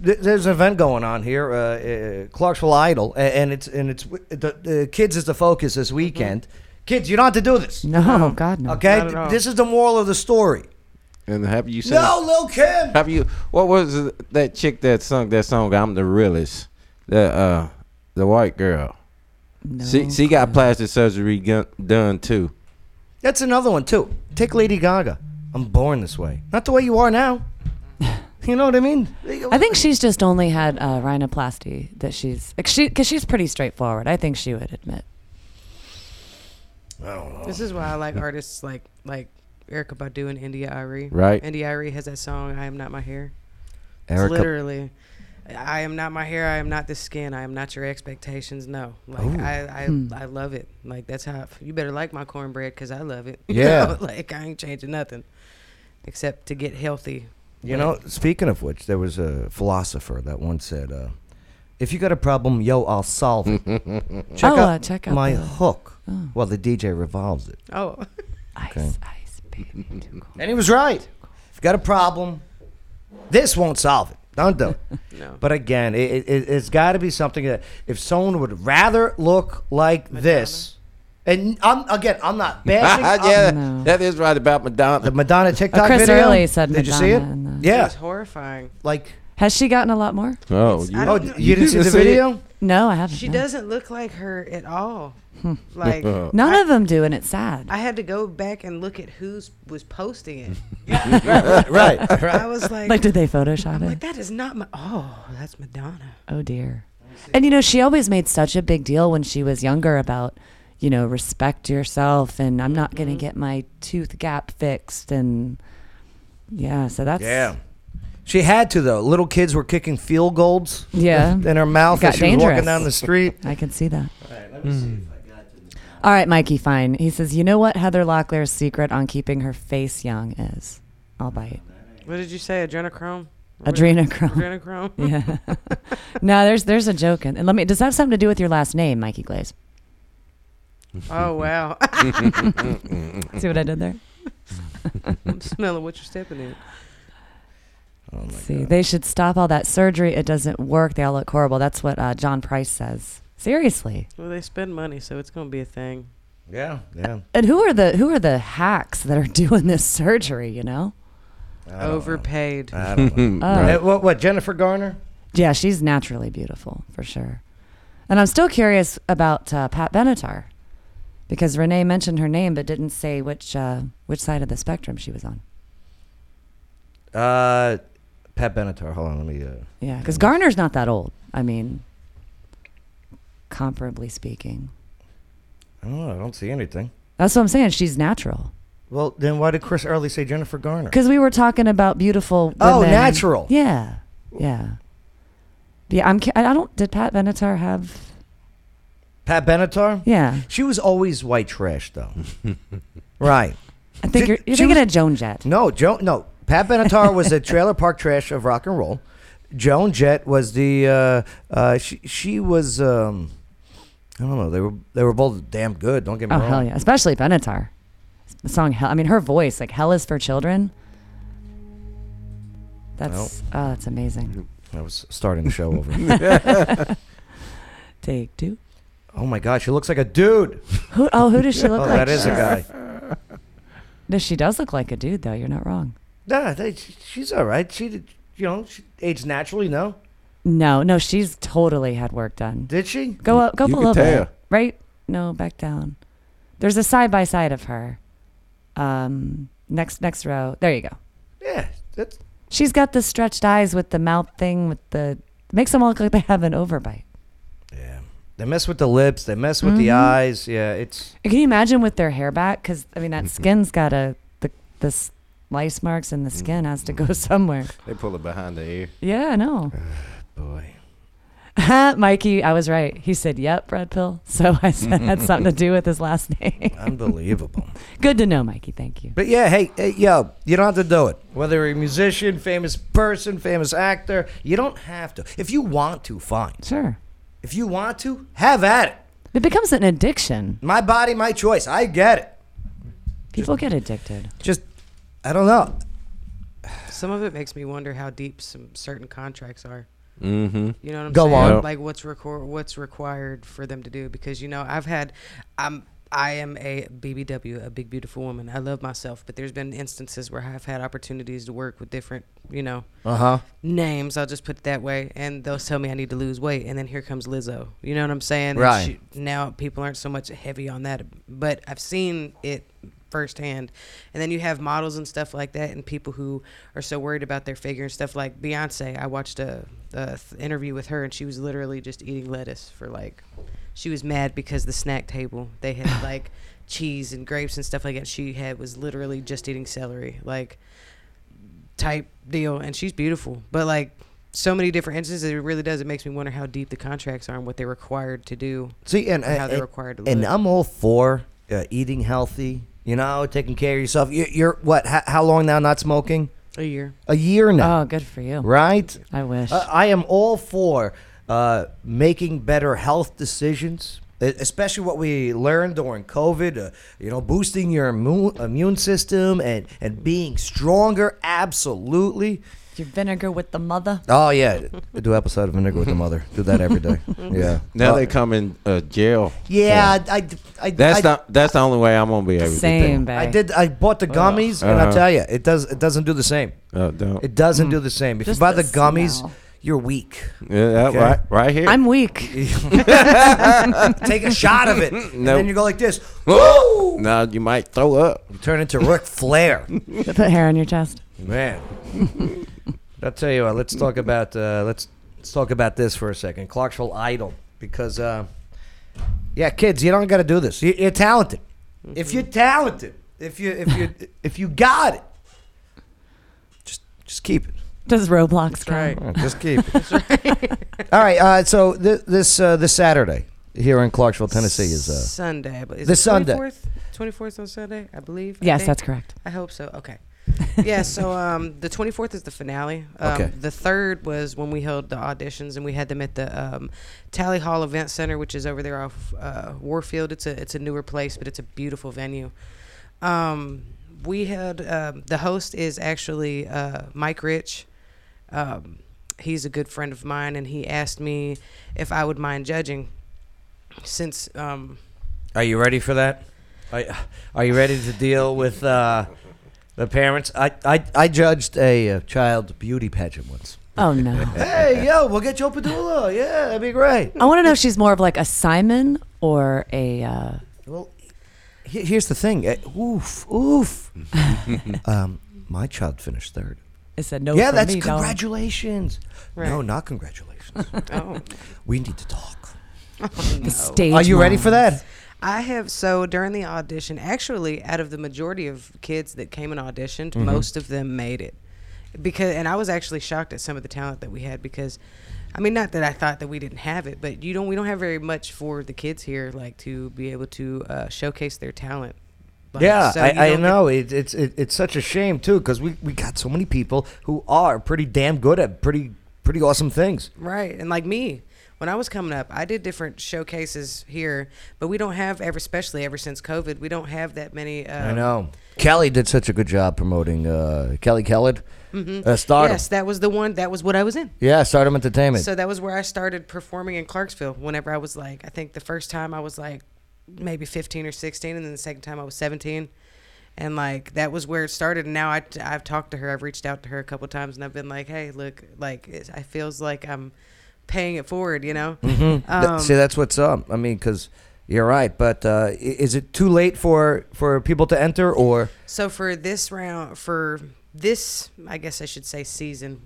Speaker 2: th- there's an event going on here, uh, uh, Clarksville Idol, a- and it's and it's w- the, the kids is the focus this weekend. Kids, you don't have to do this.
Speaker 7: Oh,
Speaker 6: No, God no.
Speaker 2: Okay,
Speaker 7: Not at all.
Speaker 2: this is the moral of the story.
Speaker 3: And have you seen?
Speaker 2: No, Lil Kim.
Speaker 3: Have you? What was it- that chick that sung that song? I'm the realest. The uh, the white girl.
Speaker 6: No.
Speaker 3: She she got plastic surgery gun, done too.
Speaker 2: That's another one too. Take Lady Gaga. I'm born this way, not the way you are now. You know what I mean?
Speaker 6: I think she's just only had uh, rhinoplasty. That she's like, she because she's pretty straightforward. I think she would admit.
Speaker 7: This is why I like artists like like Erica Badu and India Irie.
Speaker 3: Right.
Speaker 7: India Irie has that song "I Am Not My Hair." It's literally, I am not my hair. I am not this skin. I am not your expectations. No, like I I,
Speaker 6: Hmm.
Speaker 7: I love it. Like that's how you better like my cornbread because I love it. You
Speaker 2: Yeah.
Speaker 7: know, like I ain't changing nothing, except to get healthy.
Speaker 2: You know, speaking of which, there was a philosopher that once said, uh, "If you got a problem, yo, I'll solve it." check
Speaker 6: Oh,
Speaker 2: out,
Speaker 6: uh, check out
Speaker 2: my
Speaker 6: the- Oh.
Speaker 2: hook while the DJ revolves it.
Speaker 7: Oh,
Speaker 6: Ice, ice, baby. too cold.
Speaker 2: And he was right. If you got a problem, this won't solve it. Don't do it.
Speaker 7: No.
Speaker 2: But again, it, it, it's got to be something that if someone would rather look like this, and I'm again, I'm not bashing. I'm-
Speaker 3: yeah,
Speaker 6: No.
Speaker 3: that is right about Madonna.
Speaker 2: The Madonna TikTok
Speaker 6: Uh, Chris
Speaker 2: video.
Speaker 6: Early said
Speaker 2: Did you see it?
Speaker 6: Madonna and, uh,
Speaker 7: yeah.
Speaker 2: yeah,
Speaker 7: was horrifying.
Speaker 2: like
Speaker 6: Has she gotten a lot more?
Speaker 3: Oh,
Speaker 7: I
Speaker 3: you,
Speaker 2: Oh,
Speaker 7: don't know.
Speaker 2: you, didn't see the
Speaker 3: see it?
Speaker 2: video?
Speaker 6: No, I haven't.
Speaker 7: She
Speaker 6: no.
Speaker 7: doesn't look like her at all. like
Speaker 6: None of them do, and it's sad.
Speaker 7: I had to go back and look at who's was posting it.
Speaker 2: Right.
Speaker 7: I was like,
Speaker 6: like, did they Photoshop
Speaker 7: like
Speaker 6: it?
Speaker 7: that is not my. Oh, that's Madonna.
Speaker 6: Oh dear. And you know, she always made such a big deal when she was younger about, you know, respect yourself, and I'm not
Speaker 7: Mm-hmm.
Speaker 6: going to get my tooth gap fixed, and yeah. So that's
Speaker 2: Yeah. She had to though. Little kids were kicking field goals.
Speaker 6: Yeah.
Speaker 2: In her mouth
Speaker 6: Got
Speaker 2: as she was walking
Speaker 6: dangerous.
Speaker 2: down the street.
Speaker 6: I can see that. All right, Mikey, fine. He says, You know what Heather Locklear's secret on keeping her face young is? I'll bite.
Speaker 7: What did you say? Adrenochrome.
Speaker 6: Adrenochrome.
Speaker 7: Adrenochrome.
Speaker 6: Yeah. no, there's there's a joke in and let me does that have something to do with your last name, Mikey Glaze?
Speaker 7: Oh wow!
Speaker 6: See what I did there?
Speaker 7: I'm smelling what you're stepping in.
Speaker 6: See, they should stop all that surgery. It doesn't work. They all look horrible. That's what uh, John Price says. Seriously.
Speaker 7: Well, they spend money, so it's gonna be a thing.
Speaker 2: Yeah. Yeah.
Speaker 6: And who are the who are the hacks that are doing this surgery, you know?
Speaker 7: Overpaid.
Speaker 2: I don't know. Uh, what, what, Jennifer Garner?
Speaker 6: Yeah, she's naturally beautiful for sure. And I'm still curious about uh, Pat Benatar because Renee mentioned her name but didn't say which uh, which side of the spectrum she was on.
Speaker 2: Uh, Pat Benatar. Hold on. Let me. Uh,
Speaker 6: Yeah, because Garner's not that old. I mean, comparably speaking,
Speaker 2: I don't know. I don't see anything.
Speaker 6: that's what I'm saying. She's natural
Speaker 2: Well, then why did Chris Early say Jennifer Garner?
Speaker 6: because we were talking about beautiful.
Speaker 2: Oh,
Speaker 6: women.
Speaker 2: natural.
Speaker 6: Yeah, yeah, yeah. I'm. cu- I don't. Did Pat Benatar have?
Speaker 2: Pat Benatar?
Speaker 6: Yeah,
Speaker 2: She was always white trash, though. right.
Speaker 6: I think
Speaker 2: She-
Speaker 6: you're, you're
Speaker 2: she
Speaker 6: thinking
Speaker 2: was-
Speaker 6: of Joan Jett.
Speaker 2: No, Joan. No, Pat Benatar was the trailer park trash of rock and roll. Joan Jett was the. Uh, uh, she, she was. Um, I don't know. They were they were both damn good. Don't get me
Speaker 6: Oh
Speaker 2: wrong.
Speaker 6: hell yeah, especially Benatar. The song "Hell." I mean, her voice, like "Hell is for Children." That's oh, that's amazing.
Speaker 2: I was starting the show over.
Speaker 6: Take two.
Speaker 2: oh my gosh, she looks like a dude.
Speaker 6: Who? Oh, who does she look
Speaker 2: Oh,
Speaker 6: like?
Speaker 2: that is a guy.
Speaker 6: No, she does look like a dude, though. You're not wrong.
Speaker 2: Nah, they, she- she's all right. She did, you know, she aged naturally. No,
Speaker 6: No, no, she's totally had work done.
Speaker 2: did she?
Speaker 6: Go up, go up
Speaker 3: you
Speaker 6: a
Speaker 3: could
Speaker 6: little
Speaker 3: tell.
Speaker 6: bit. Right? No, back down. There's a side by side of her. Um, next, next row. There you go.
Speaker 2: Yeah, that's
Speaker 6: She's got the stretched eyes with the mouth thing with the makes them all look like they have an overbite.
Speaker 2: yeah. They mess with the lips. They mess with the
Speaker 6: Mm-hmm.
Speaker 2: eyes. Yeah, it's
Speaker 6: Can you imagine with their hair back? Because I mean, that skin's got a the the slice marks and the skin has to go somewhere.
Speaker 3: Mm. they pull it behind the ear.
Speaker 6: Yeah, I know.
Speaker 2: boy.
Speaker 6: Mikey, I was right. He said, "Yep, Brad Pill." So I said it had something to do with his last name.
Speaker 2: Unbelievable.
Speaker 6: Good to know, Mikey. Thank you.
Speaker 2: But yeah, hey, hey, yo, you don't have to do it. Whether you're a musician, famous person, famous actor, you don't have to. If you want to, fine.
Speaker 6: Sure.
Speaker 2: If you want to, have at it.
Speaker 6: It becomes an addiction.
Speaker 2: My body, my choice. I get it.
Speaker 6: People get addicted.
Speaker 2: Just, I don't know.
Speaker 7: Some of it makes me wonder how deep some certain contracts are. Mm-hmm. You know what I'm
Speaker 2: Go
Speaker 7: saying?
Speaker 2: on.
Speaker 7: Like what's record, what's required for them to do? Because you know, I've had, I'm, I am a BBW, a big beautiful woman. I love myself, but there's been instances where I've had opportunities to work with different, you know,
Speaker 2: Uh huh.
Speaker 7: names. I'll just put it that way, and they'll tell me I need to lose weight, and then here comes Lizzo. You know what I'm saying? And
Speaker 2: Right.
Speaker 7: she- now people aren't so much heavy on that, but I've seen it firsthand. And then you have models and stuff like that, and people who are so worried about their figure and stuff like Beyonce. I watched a, a th- interview with her, and she was literally just eating lettuce for like. She was mad because the snack table they had like cheese and grapes and stuff like that. She had was literally just eating celery, like type deal, and she's beautiful. But like so many different instances, it really does. It makes me wonder how deep the contracts are and what they're required to do.
Speaker 2: See, and
Speaker 7: How they're
Speaker 2: and-
Speaker 7: required to
Speaker 2: And
Speaker 7: live.
Speaker 2: I'm all for uh, eating healthy. You know, taking care of yourself. You're, you're what? How, how long now? Not smoking?
Speaker 7: A year.
Speaker 2: A year
Speaker 7: Uh,
Speaker 2: now,
Speaker 6: Oh, good for you.
Speaker 2: right?
Speaker 6: I wish.
Speaker 2: Uh, I am all for uh, making better health decisions. especially what we learned during COVID, uh, you know, boosting your immune, immune system and, and being stronger. Absolutely.
Speaker 6: Your vinegar with the mother.
Speaker 2: Oh, yeah. Do episode of Vinegar with the Mother. Do that every day. Yeah.
Speaker 3: Now
Speaker 2: Uh,
Speaker 3: they come in uh, jail.
Speaker 2: yeah, I, I, I,
Speaker 3: That's
Speaker 2: I-
Speaker 3: not. That's the only way I'm gonna be able
Speaker 6: Same,
Speaker 3: to
Speaker 6: babe.
Speaker 2: I did. I bought the gummies, and I
Speaker 3: Uh-huh.
Speaker 2: tell you, it does. It doesn't do the same.
Speaker 3: do that. Uh, don't.
Speaker 2: It doesn't do the same. If
Speaker 6: Just
Speaker 2: you buy the,
Speaker 6: the
Speaker 2: gummies,
Speaker 6: smell.
Speaker 2: you're weak.
Speaker 3: Yeah, that
Speaker 2: Okay.
Speaker 3: right, right here.
Speaker 6: I'm weak.
Speaker 2: Take a shot of it, and
Speaker 3: Nope.
Speaker 2: then you go like this. Woo!
Speaker 3: no, you might throw up.
Speaker 2: You turn into Ric Flair.
Speaker 6: Put hair on your chest.
Speaker 2: Man, I'll tell you what. Let's talk about uh, let's let's talk about this for a second. Clarksville Idol, because uh, yeah, kids, you don't got to do this. You- You're talented. If you're talented, if you if you if you got it, just just keep it.
Speaker 6: Does Roblox count?
Speaker 2: Yeah, Just keep it. All right. Uh, so th- this uh, this Saturday here in Clarksville, Tennessee is uh,
Speaker 7: Sunday, but is
Speaker 2: this
Speaker 7: it
Speaker 2: Sunday.
Speaker 7: 24th? 24th on Sunday, I believe. I
Speaker 6: Yes,
Speaker 7: think.
Speaker 6: that's correct.
Speaker 7: I hope so. Okay. yeah, so um, the 24th is the finale. Um,
Speaker 2: Okay.
Speaker 7: The third was when we held the auditions and we had them at the um, Tally Hall Event Center, which is over there off uh, Warfield. It's a it's a newer place, but it's a beautiful venue. Um, we had um, the host is actually uh, Mike Rich. Um, he's a good friend of mine, and he asked me if I would mind judging, since um,
Speaker 2: Are you ready for that? Are, are you ready to deal with uh, the parents? I, I, I judged a uh, child beauty pageant once.
Speaker 6: Oh no.
Speaker 2: Hey, yo, we'll get you a Padula. Yeah, that'd be great.
Speaker 6: I want to know if she's more of like a Simon or a. Uh,
Speaker 2: Well, he- here's the thing. Uh, oof, oof. um, my child finished third.
Speaker 6: it's a no.
Speaker 2: yeah,
Speaker 6: Oh, for
Speaker 2: that's
Speaker 6: me, dog.
Speaker 2: congratulations. No,
Speaker 7: Right.
Speaker 2: not congratulations.
Speaker 7: oh,
Speaker 2: we need to talk.
Speaker 6: The stage.
Speaker 2: Are you ready for
Speaker 6: moms.
Speaker 2: that?
Speaker 7: I have so during the audition, actually, out of the majority of kids that came and auditioned,
Speaker 2: Mm-hmm.
Speaker 7: most of them made it. Because and I was actually shocked at some of the talent that we had because I mean not that I thought that we didn't have it, but you don't we don't have very much for the kids here like to be able to uh, showcase their talent. Like,
Speaker 2: Yeah,
Speaker 7: so you
Speaker 2: I, I
Speaker 7: don't get-
Speaker 2: know. It, it's it, it's such a shame too because we, we got so many people who are pretty damn good at pretty pretty awesome things.
Speaker 7: Right. And like me, when I was coming up, I did different showcases here, but we don't have ever especially ever since COVID, we don't have that many uh
Speaker 2: I know. Kelly did such a good job promoting uh, Kelly Kellett, uh, Stardom.
Speaker 7: Mm-hmm. Yes, that was the one that was what I was in.
Speaker 2: Yeah, Stardom Entertainment.
Speaker 7: So that was where I started performing in Clarksville. Whenever I was like, I think the first time I was like maybe 15 or 16, and then the second time I was 17. And like that was where it started. And now I, I've talked to her, I've reached out to her a couple times, and I've been like, hey, look, like it, I feels like I'm paying it forward, you know?
Speaker 2: Hmm. Th-
Speaker 7: Um,
Speaker 2: See, that's what's up. I mean, because you're right. But uh, i- is it too late for for people to enter or?
Speaker 7: So for this round, for this, I guess I should say season.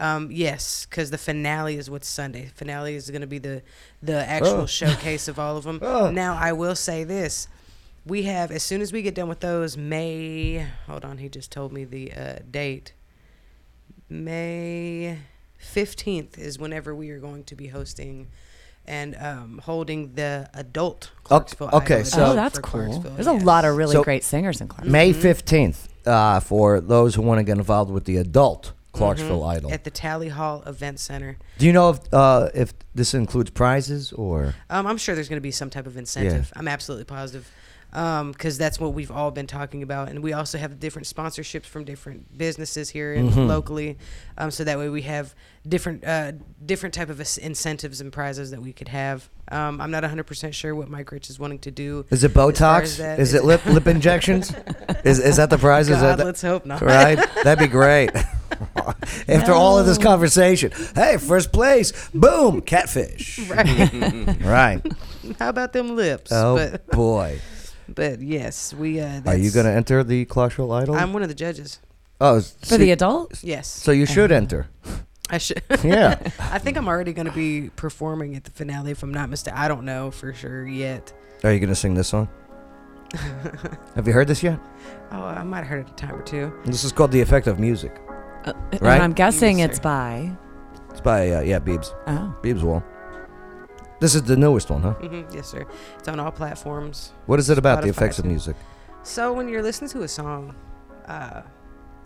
Speaker 7: Um, yes, because the finale is what's Sunday. Finale is going to be the the actual
Speaker 2: Oh.
Speaker 7: showcase of all of them.
Speaker 2: Oh.
Speaker 7: Now I will say this: we have as soon as we get done with those, May. Hold on, he just told me the uh, date. May fifteenth is whenever we are going to be hosting and um, holding the adult Clarksville.
Speaker 2: okay,
Speaker 7: Idol
Speaker 2: so-
Speaker 6: oh,
Speaker 7: for
Speaker 6: that's cool.
Speaker 7: Clarksville,
Speaker 6: There's a lot
Speaker 7: yes.
Speaker 6: of really
Speaker 2: So-
Speaker 6: great singers in
Speaker 7: Mm-hmm.
Speaker 6: Clark.
Speaker 2: May fifteenth uh, for those who want to get involved with the adult Clarksville Idol.
Speaker 7: Mm-hmm. at the Tally Hall Event Center.
Speaker 2: Do you know if uh, if this includes prizes or?
Speaker 7: Um, I'm sure there's going to be some type of incentive. I'm absolutely positive because that's what we've all been talking about, and we also have different sponsorships from different businesses here and
Speaker 2: Mm-hmm.
Speaker 7: locally, um, so that way we have different uh, different type of ins- incentives and prizes that we could have. Um, I'm not 100 percent sure what Mike Rich is wanting to do.
Speaker 2: Is it
Speaker 7: as far as
Speaker 2: Botox?
Speaker 7: that.
Speaker 2: Is it lip lip injections? Is is that the prize? is that
Speaker 7: God,
Speaker 2: the-
Speaker 7: let's hope not.
Speaker 2: right? That'd be great. After all of this conversation, hey, first place, boom, catfish.
Speaker 7: Right.
Speaker 2: Right.
Speaker 7: How about them lips?
Speaker 2: Oh
Speaker 7: But
Speaker 2: boy,
Speaker 7: but yes, we. Uh,
Speaker 2: are you
Speaker 7: that's-
Speaker 2: gonna enter the Clarksville Idol?
Speaker 7: I'm one of the judges.
Speaker 2: oh,
Speaker 6: For the adult?
Speaker 7: Yes.
Speaker 2: so you should enter.
Speaker 7: I should.
Speaker 2: Yeah.
Speaker 7: I think I'm already going to be performing at the finale if I'm not mistaken. I don't know for sure yet.
Speaker 2: Are you gonna sing this song? Have you heard this yet?
Speaker 7: Oh, I might have heard it a time or two.
Speaker 2: This is called "The Effect of Music."
Speaker 6: Uh, and
Speaker 2: Right?
Speaker 6: I'm guessing
Speaker 7: Yes,
Speaker 6: it's
Speaker 7: sir.
Speaker 6: by.
Speaker 2: It's by uh, yeah, Biebs.
Speaker 6: Oh.
Speaker 2: Biebs Wall. This is the newest one, huh?
Speaker 7: hmm Yes, sir. It's on all platforms.
Speaker 2: What is it about? the
Speaker 7: Spotify,
Speaker 2: effects of
Speaker 7: too.
Speaker 2: music.
Speaker 7: So when you're listening to a song, uh,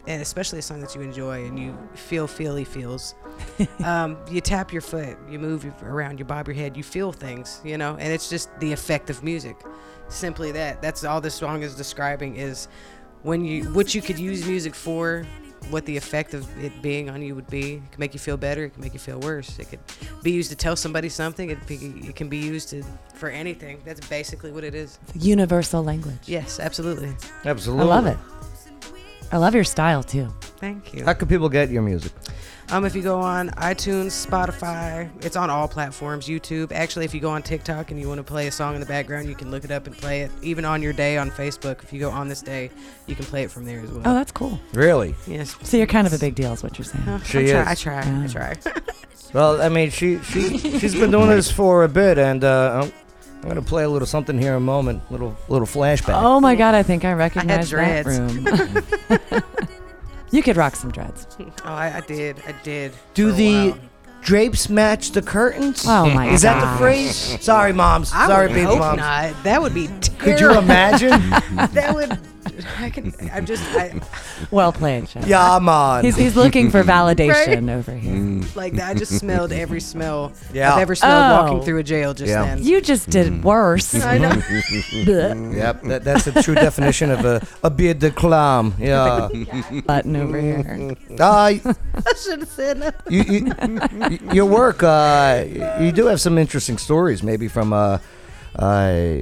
Speaker 7: and especially a song that you enjoy and you feel feely feels, um, you tap your foot, you move your- around, you bob your head, you feel things, you know, and it's just the effect of music. Simply that. That's all this song is describing is when you what you could use music for, what the effect of it being on you would be. It can make you feel better. It can make you feel worse. It could be used to tell somebody something. It, be, it can be used to, for anything. That's basically what it is.
Speaker 6: Universal language.
Speaker 7: Yes, absolutely.
Speaker 2: Absolutely.
Speaker 6: I love it. I love your style too.
Speaker 7: Thank you.
Speaker 2: How can people get your music?
Speaker 7: Um, if you go on iTunes, Spotify, it's on all platforms. YouTube. Actually, if you go on TikTok and you want to play a song in the background, you can look it up and play it. Even on your day on Facebook, if you go on this day, you can play it from there as well.
Speaker 6: Oh, that's cool.
Speaker 2: Really?
Speaker 7: yes.
Speaker 6: So you're kind of a big deal, is what you're saying.
Speaker 7: I
Speaker 2: She
Speaker 7: try, I
Speaker 2: is.
Speaker 7: try. I try.
Speaker 2: Well, I mean, she she she's been doing this for a bit, and uh, I'm, I'm gonna play a little something here in a moment, little little flashback.
Speaker 6: Oh my God, I think I recognize that
Speaker 7: dreads.
Speaker 6: room. you could rock some dreads.
Speaker 7: oh, I, I did. I did. for
Speaker 2: Do
Speaker 7: a
Speaker 2: the
Speaker 7: while.
Speaker 2: drapes match the curtains?
Speaker 6: Oh my
Speaker 2: Is that the
Speaker 6: gosh.
Speaker 2: phrase? Sorry, moms.
Speaker 7: I
Speaker 2: Sorry,
Speaker 7: would
Speaker 2: baby
Speaker 7: hope
Speaker 2: moms.
Speaker 7: not. That would be
Speaker 2: Could you
Speaker 7: terrible.
Speaker 2: imagine?
Speaker 7: that would. I can. I'm just. I,
Speaker 6: Well played, Sean.
Speaker 2: yeah, man.
Speaker 6: He's, he's looking for validation over here.
Speaker 2: Mm.
Speaker 7: like I just smelled every smell
Speaker 2: Yeah.
Speaker 7: I've ever smelled
Speaker 6: Oh.
Speaker 7: walking through a jail just
Speaker 2: Yeah.
Speaker 7: then.
Speaker 6: You just
Speaker 2: Mm.
Speaker 6: did worse.
Speaker 7: I know.
Speaker 6: Bleh.
Speaker 2: Yep, that, that's the true definition of a a beard de clown. Yeah.
Speaker 6: Button over here.
Speaker 2: Uh,
Speaker 7: I should have said nothing.
Speaker 2: you, you, you- your work, uh, you do have some interesting stories, maybe from. Uh, uh,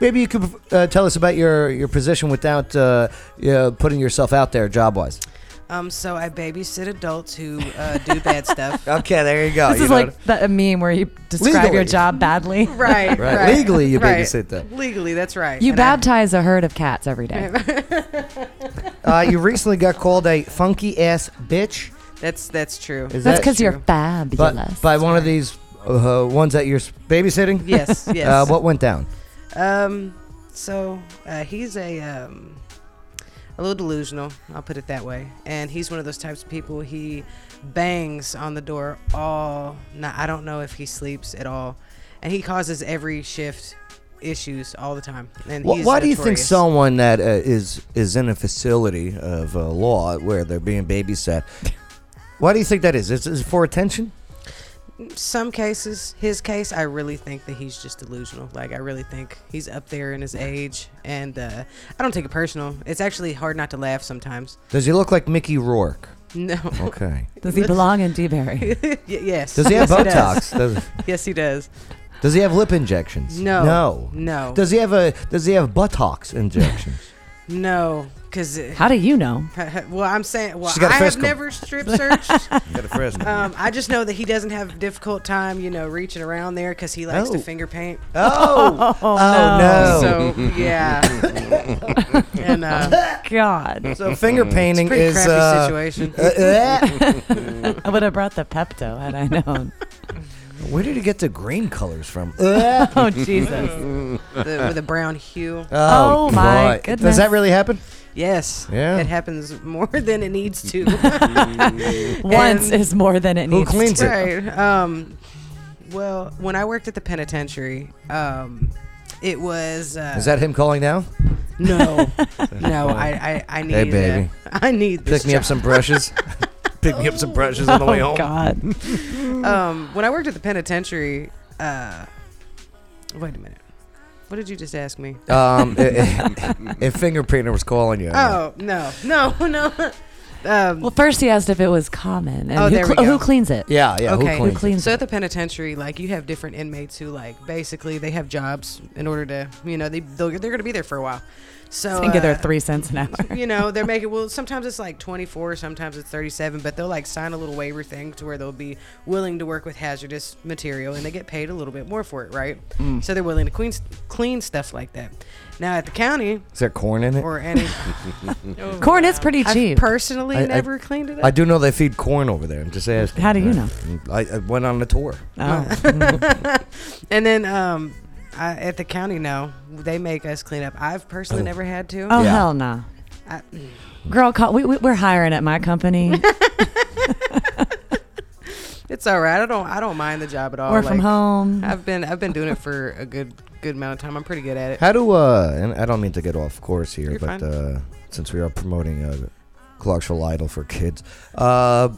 Speaker 2: maybe you could uh, tell us about your, your position without uh, you know, putting yourself out there job wise.
Speaker 7: Um, so I babysit adults who uh, do bad stuff.
Speaker 2: Okay, there you go.
Speaker 6: This is like the, a meme where you describe
Speaker 2: Legally.
Speaker 6: your job badly.
Speaker 7: Right,
Speaker 2: Right. Legally, you babysit them.
Speaker 7: Legally, that's right.
Speaker 6: You
Speaker 7: And I-
Speaker 6: baptize a herd of cats every day.
Speaker 2: uh, you recently got called a funky ass bitch.
Speaker 7: that's that's true.
Speaker 2: Is
Speaker 6: That's
Speaker 2: that
Speaker 6: because you're
Speaker 7: true.
Speaker 2: but,
Speaker 6: fabulous.
Speaker 2: by one of these uh, ones that you're s- babysitting?
Speaker 7: yes, yes.
Speaker 2: Uh, what went down?
Speaker 7: Um, so uh, he's a um, a little delusional. I'll put it that way. And he's one of those types of people. He bangs on the door all night. I don't know if he sleeps at all, and he causes every shift issues all the time. And
Speaker 2: Wh-
Speaker 7: he's
Speaker 2: why do you think
Speaker 7: notorious.
Speaker 2: someone that uh, is is in a facility of uh, law where they're being babysat? Why do you think that is? Is, is it for attention?
Speaker 7: some cases his case i really think that he's just delusional like i really think he's up there in his age and uh, i don't take it personal it's actually hard not to laugh sometimes
Speaker 2: Does he look like Mickey Rourke?
Speaker 7: no
Speaker 2: Okay.
Speaker 6: Does he belong in Dewberry?
Speaker 7: Y- yes
Speaker 2: Oh. Does he have
Speaker 7: yes, does.
Speaker 2: Botox? Does,
Speaker 7: yes he does
Speaker 2: does he have lip injections?
Speaker 7: no
Speaker 2: No.
Speaker 7: no
Speaker 2: Does he have a Does he have buttocks injections?
Speaker 7: no because
Speaker 6: How do you know?
Speaker 7: well i'm saying well
Speaker 2: She's got a
Speaker 7: i have
Speaker 2: frisco.
Speaker 7: never strip searched
Speaker 2: Got a frisbee.
Speaker 7: um, i just know that he doesn't have a difficult time you know reaching around there because he likes to
Speaker 2: Oh.
Speaker 7: finger paint
Speaker 2: oh. Oh, no.
Speaker 7: so yeah and uh,
Speaker 6: God.
Speaker 2: So, finger painting
Speaker 7: pretty
Speaker 2: is.
Speaker 7: crappy
Speaker 2: uh,
Speaker 7: situation
Speaker 2: uh, uh,
Speaker 6: I would have brought the Pepto had I known.
Speaker 2: where did he get the green colors from? Uh,
Speaker 6: Oh, Jesus.
Speaker 7: the, with a brown hue.
Speaker 6: Oh, my
Speaker 2: boy. Does
Speaker 6: goodness.
Speaker 2: that really happen?
Speaker 7: Yes.
Speaker 2: Yeah.
Speaker 7: It happens more than it needs to.
Speaker 6: Once
Speaker 7: And-
Speaker 6: is more than it
Speaker 2: Who
Speaker 6: needs
Speaker 2: cleans
Speaker 6: to.
Speaker 2: it?
Speaker 7: right. Um, well, when I worked at the penitentiary, um, it was. Uh,
Speaker 2: Is that him calling now?
Speaker 7: no? no, I I, I need. uh,
Speaker 2: baby.
Speaker 7: I need this
Speaker 2: Pick me up some brushes. Pick me up some brushes on the way
Speaker 6: Oh,
Speaker 2: home.
Speaker 6: God.
Speaker 7: job. Um, when I worked at the penitentiary, uh, wait a minute. What did you just ask me?
Speaker 2: Um, if, if finger painter was calling you.
Speaker 7: Oh no, no, no. Um,
Speaker 6: Well, first he asked if it was common. And
Speaker 7: Oh,
Speaker 6: who,
Speaker 7: there we
Speaker 6: cle-
Speaker 7: go.
Speaker 6: who cleans it?
Speaker 2: yeah, yeah.
Speaker 7: Okay.
Speaker 2: Who
Speaker 6: Who
Speaker 2: cleans?
Speaker 6: cleans
Speaker 7: So
Speaker 6: it?
Speaker 7: at the penitentiary, like you have different inmates who like basically they have jobs in order to you know they they'll- they're going to be there for a while. So
Speaker 6: Think of their
Speaker 7: uh,
Speaker 6: three cents an hour.
Speaker 7: You know they're making well sometimes it's like 24, sometimes it's 37, but they'll like sign a little waiver thing to where they'll be willing to work with hazardous material and they get paid a little bit more for it, right? So they're willing to clean clean stuff like that. Now at the county
Speaker 2: Is there corn in it?
Speaker 7: or any
Speaker 6: Corn is pretty
Speaker 7: Oh, I've
Speaker 6: cheap.
Speaker 7: personally
Speaker 2: I- I-
Speaker 7: never cleaned it up.
Speaker 2: I do know they feed corn over there. I'm just asking.
Speaker 6: How do you know?
Speaker 2: I, I went on a tour.
Speaker 6: oh.
Speaker 7: And then um, I, at the county now they make us clean up. I've personally never had to.
Speaker 6: Oh,
Speaker 2: Yeah.
Speaker 6: hell no.
Speaker 7: I-
Speaker 6: Girl, call, we, we, we're hiring at my company.
Speaker 7: It's all right. I don't I don't mind the job at all.
Speaker 6: Work from
Speaker 7: Oh, Like, uh,
Speaker 6: home.
Speaker 7: I've been I've been doing it for a good good amount of time. I'm pretty good at it.
Speaker 2: How do uh? And I don't mean to get off course here,
Speaker 7: You're
Speaker 2: but
Speaker 7: fine.
Speaker 2: uh, since we are promoting uh, Clarksville Idol for kids. Uh,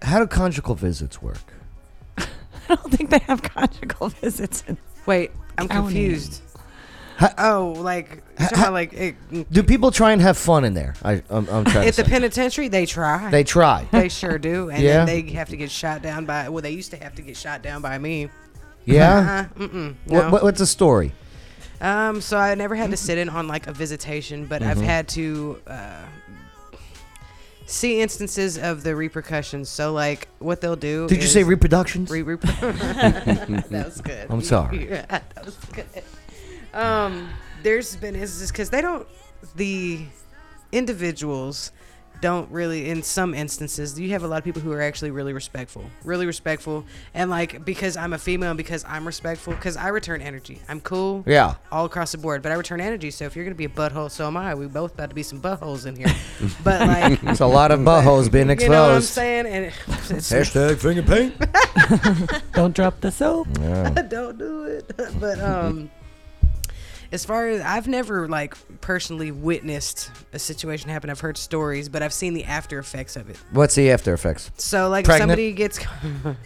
Speaker 2: how do conjugal visits work?
Speaker 6: I don't think they have conjugal visits. In-
Speaker 7: Wait, I'm
Speaker 6: County.
Speaker 7: confused.
Speaker 2: Ha-
Speaker 7: Oh, like you're talking about like it,
Speaker 2: Do people try and have fun in there? I, I'm, I'm trying.
Speaker 7: at
Speaker 2: to
Speaker 7: the
Speaker 2: say.
Speaker 7: penitentiary they try.
Speaker 2: they try.
Speaker 7: They sure do, and
Speaker 2: Yeah.
Speaker 7: then they have to get shot down by. Well, they used to have to get shot down by me.
Speaker 2: Yeah.
Speaker 7: Uh, mm-mm, no.
Speaker 2: What, what, what's the story?
Speaker 7: Um, so I never had to sit in on like a visitation, but
Speaker 2: Mm-hmm.
Speaker 7: I've had to uh, see instances of the repercussions. So like what they'll do.
Speaker 2: Did you
Speaker 7: is-
Speaker 2: say reproductions?
Speaker 7: Re- re- that was good.
Speaker 2: I'm sorry.
Speaker 7: Yeah, that was good. Um, there's been instances because they don't, the individuals don't really, in some instances, you have a lot of people who are actually really respectful, really respectful. And like, because I'm a female and because I'm respectful, because I return energy. I'm cool.
Speaker 2: Yeah.
Speaker 7: All across the board, but I return energy. So if you're gonna be a butthole, so am I. We both about to be some buttholes in here. but like,
Speaker 2: It's a lot of buttholes being
Speaker 7: you know what I'm
Speaker 2: exposed.
Speaker 7: saying? And it's,
Speaker 2: Hashtag finger paint.
Speaker 6: Don't drop the soap.
Speaker 7: don't do it. but um as far as I've never like personally witnessed a situation happen. I've heard stories, but I've seen the after effects of it.
Speaker 2: What's the after effects?
Speaker 7: So like
Speaker 2: Pregnant?
Speaker 7: if somebody gets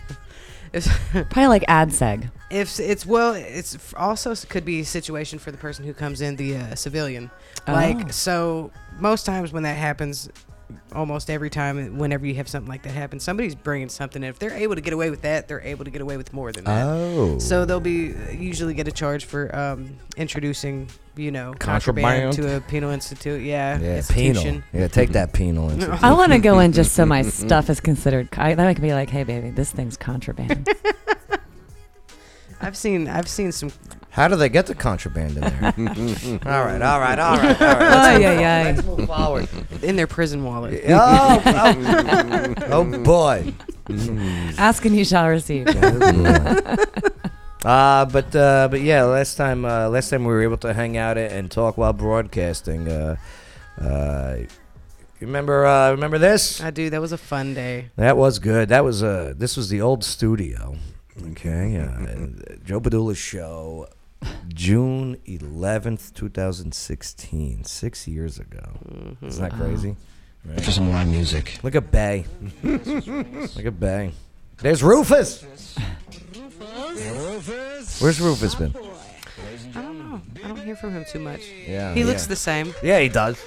Speaker 7: if,
Speaker 6: Probably like AdSeg.
Speaker 7: if it's well, it's f- also s- could be a situation for the person who comes in the uh, civilian.
Speaker 6: Oh.
Speaker 7: Like so, most times when that happens, almost every time, whenever you have something like that happen, somebody's bringing something. And if they're able to get away with that, they're able to get away with more than that.
Speaker 2: Oh.
Speaker 7: So they'll be usually get a charge for um, introducing, you know, contraband, to a penal institute. Yeah,
Speaker 2: Yeah, penal.
Speaker 7: institution.
Speaker 2: Yeah, take that penal.
Speaker 6: I want to go in just so my stuff is considered. I, then I can be like, hey, baby, this thing's contraband.
Speaker 7: I've seen, I've seen some.
Speaker 2: How do they get the contraband in there? all right, all right, all right, all right.
Speaker 6: oh, yeah, yeah.
Speaker 2: Move forward.
Speaker 7: in their prison wallet.
Speaker 2: Oh, oh, oh boy.
Speaker 6: Ask and you shall receive.
Speaker 2: uh, but uh, but yeah, last time uh, last time we were able to hang out a- and talk while broadcasting. Uh, uh, remember uh, remember this?
Speaker 7: I do. That was a fun day.
Speaker 2: That was good. That was uh this was the old studio. Okay. Uh, Joe Padula's show June 11th, 2016, 6 years ago.
Speaker 7: Mm-hmm.
Speaker 2: Isn't
Speaker 7: Uh-huh.
Speaker 2: that crazy?
Speaker 1: for some live music.
Speaker 2: Look at Bay. Look at Bay. There's Rufus. Where's Rufus been?
Speaker 7: I don't know. Oh, I don't hear from him too much.
Speaker 2: Yeah.
Speaker 7: He looks
Speaker 2: Oh, yeah.
Speaker 7: the same.
Speaker 2: Yeah, he does.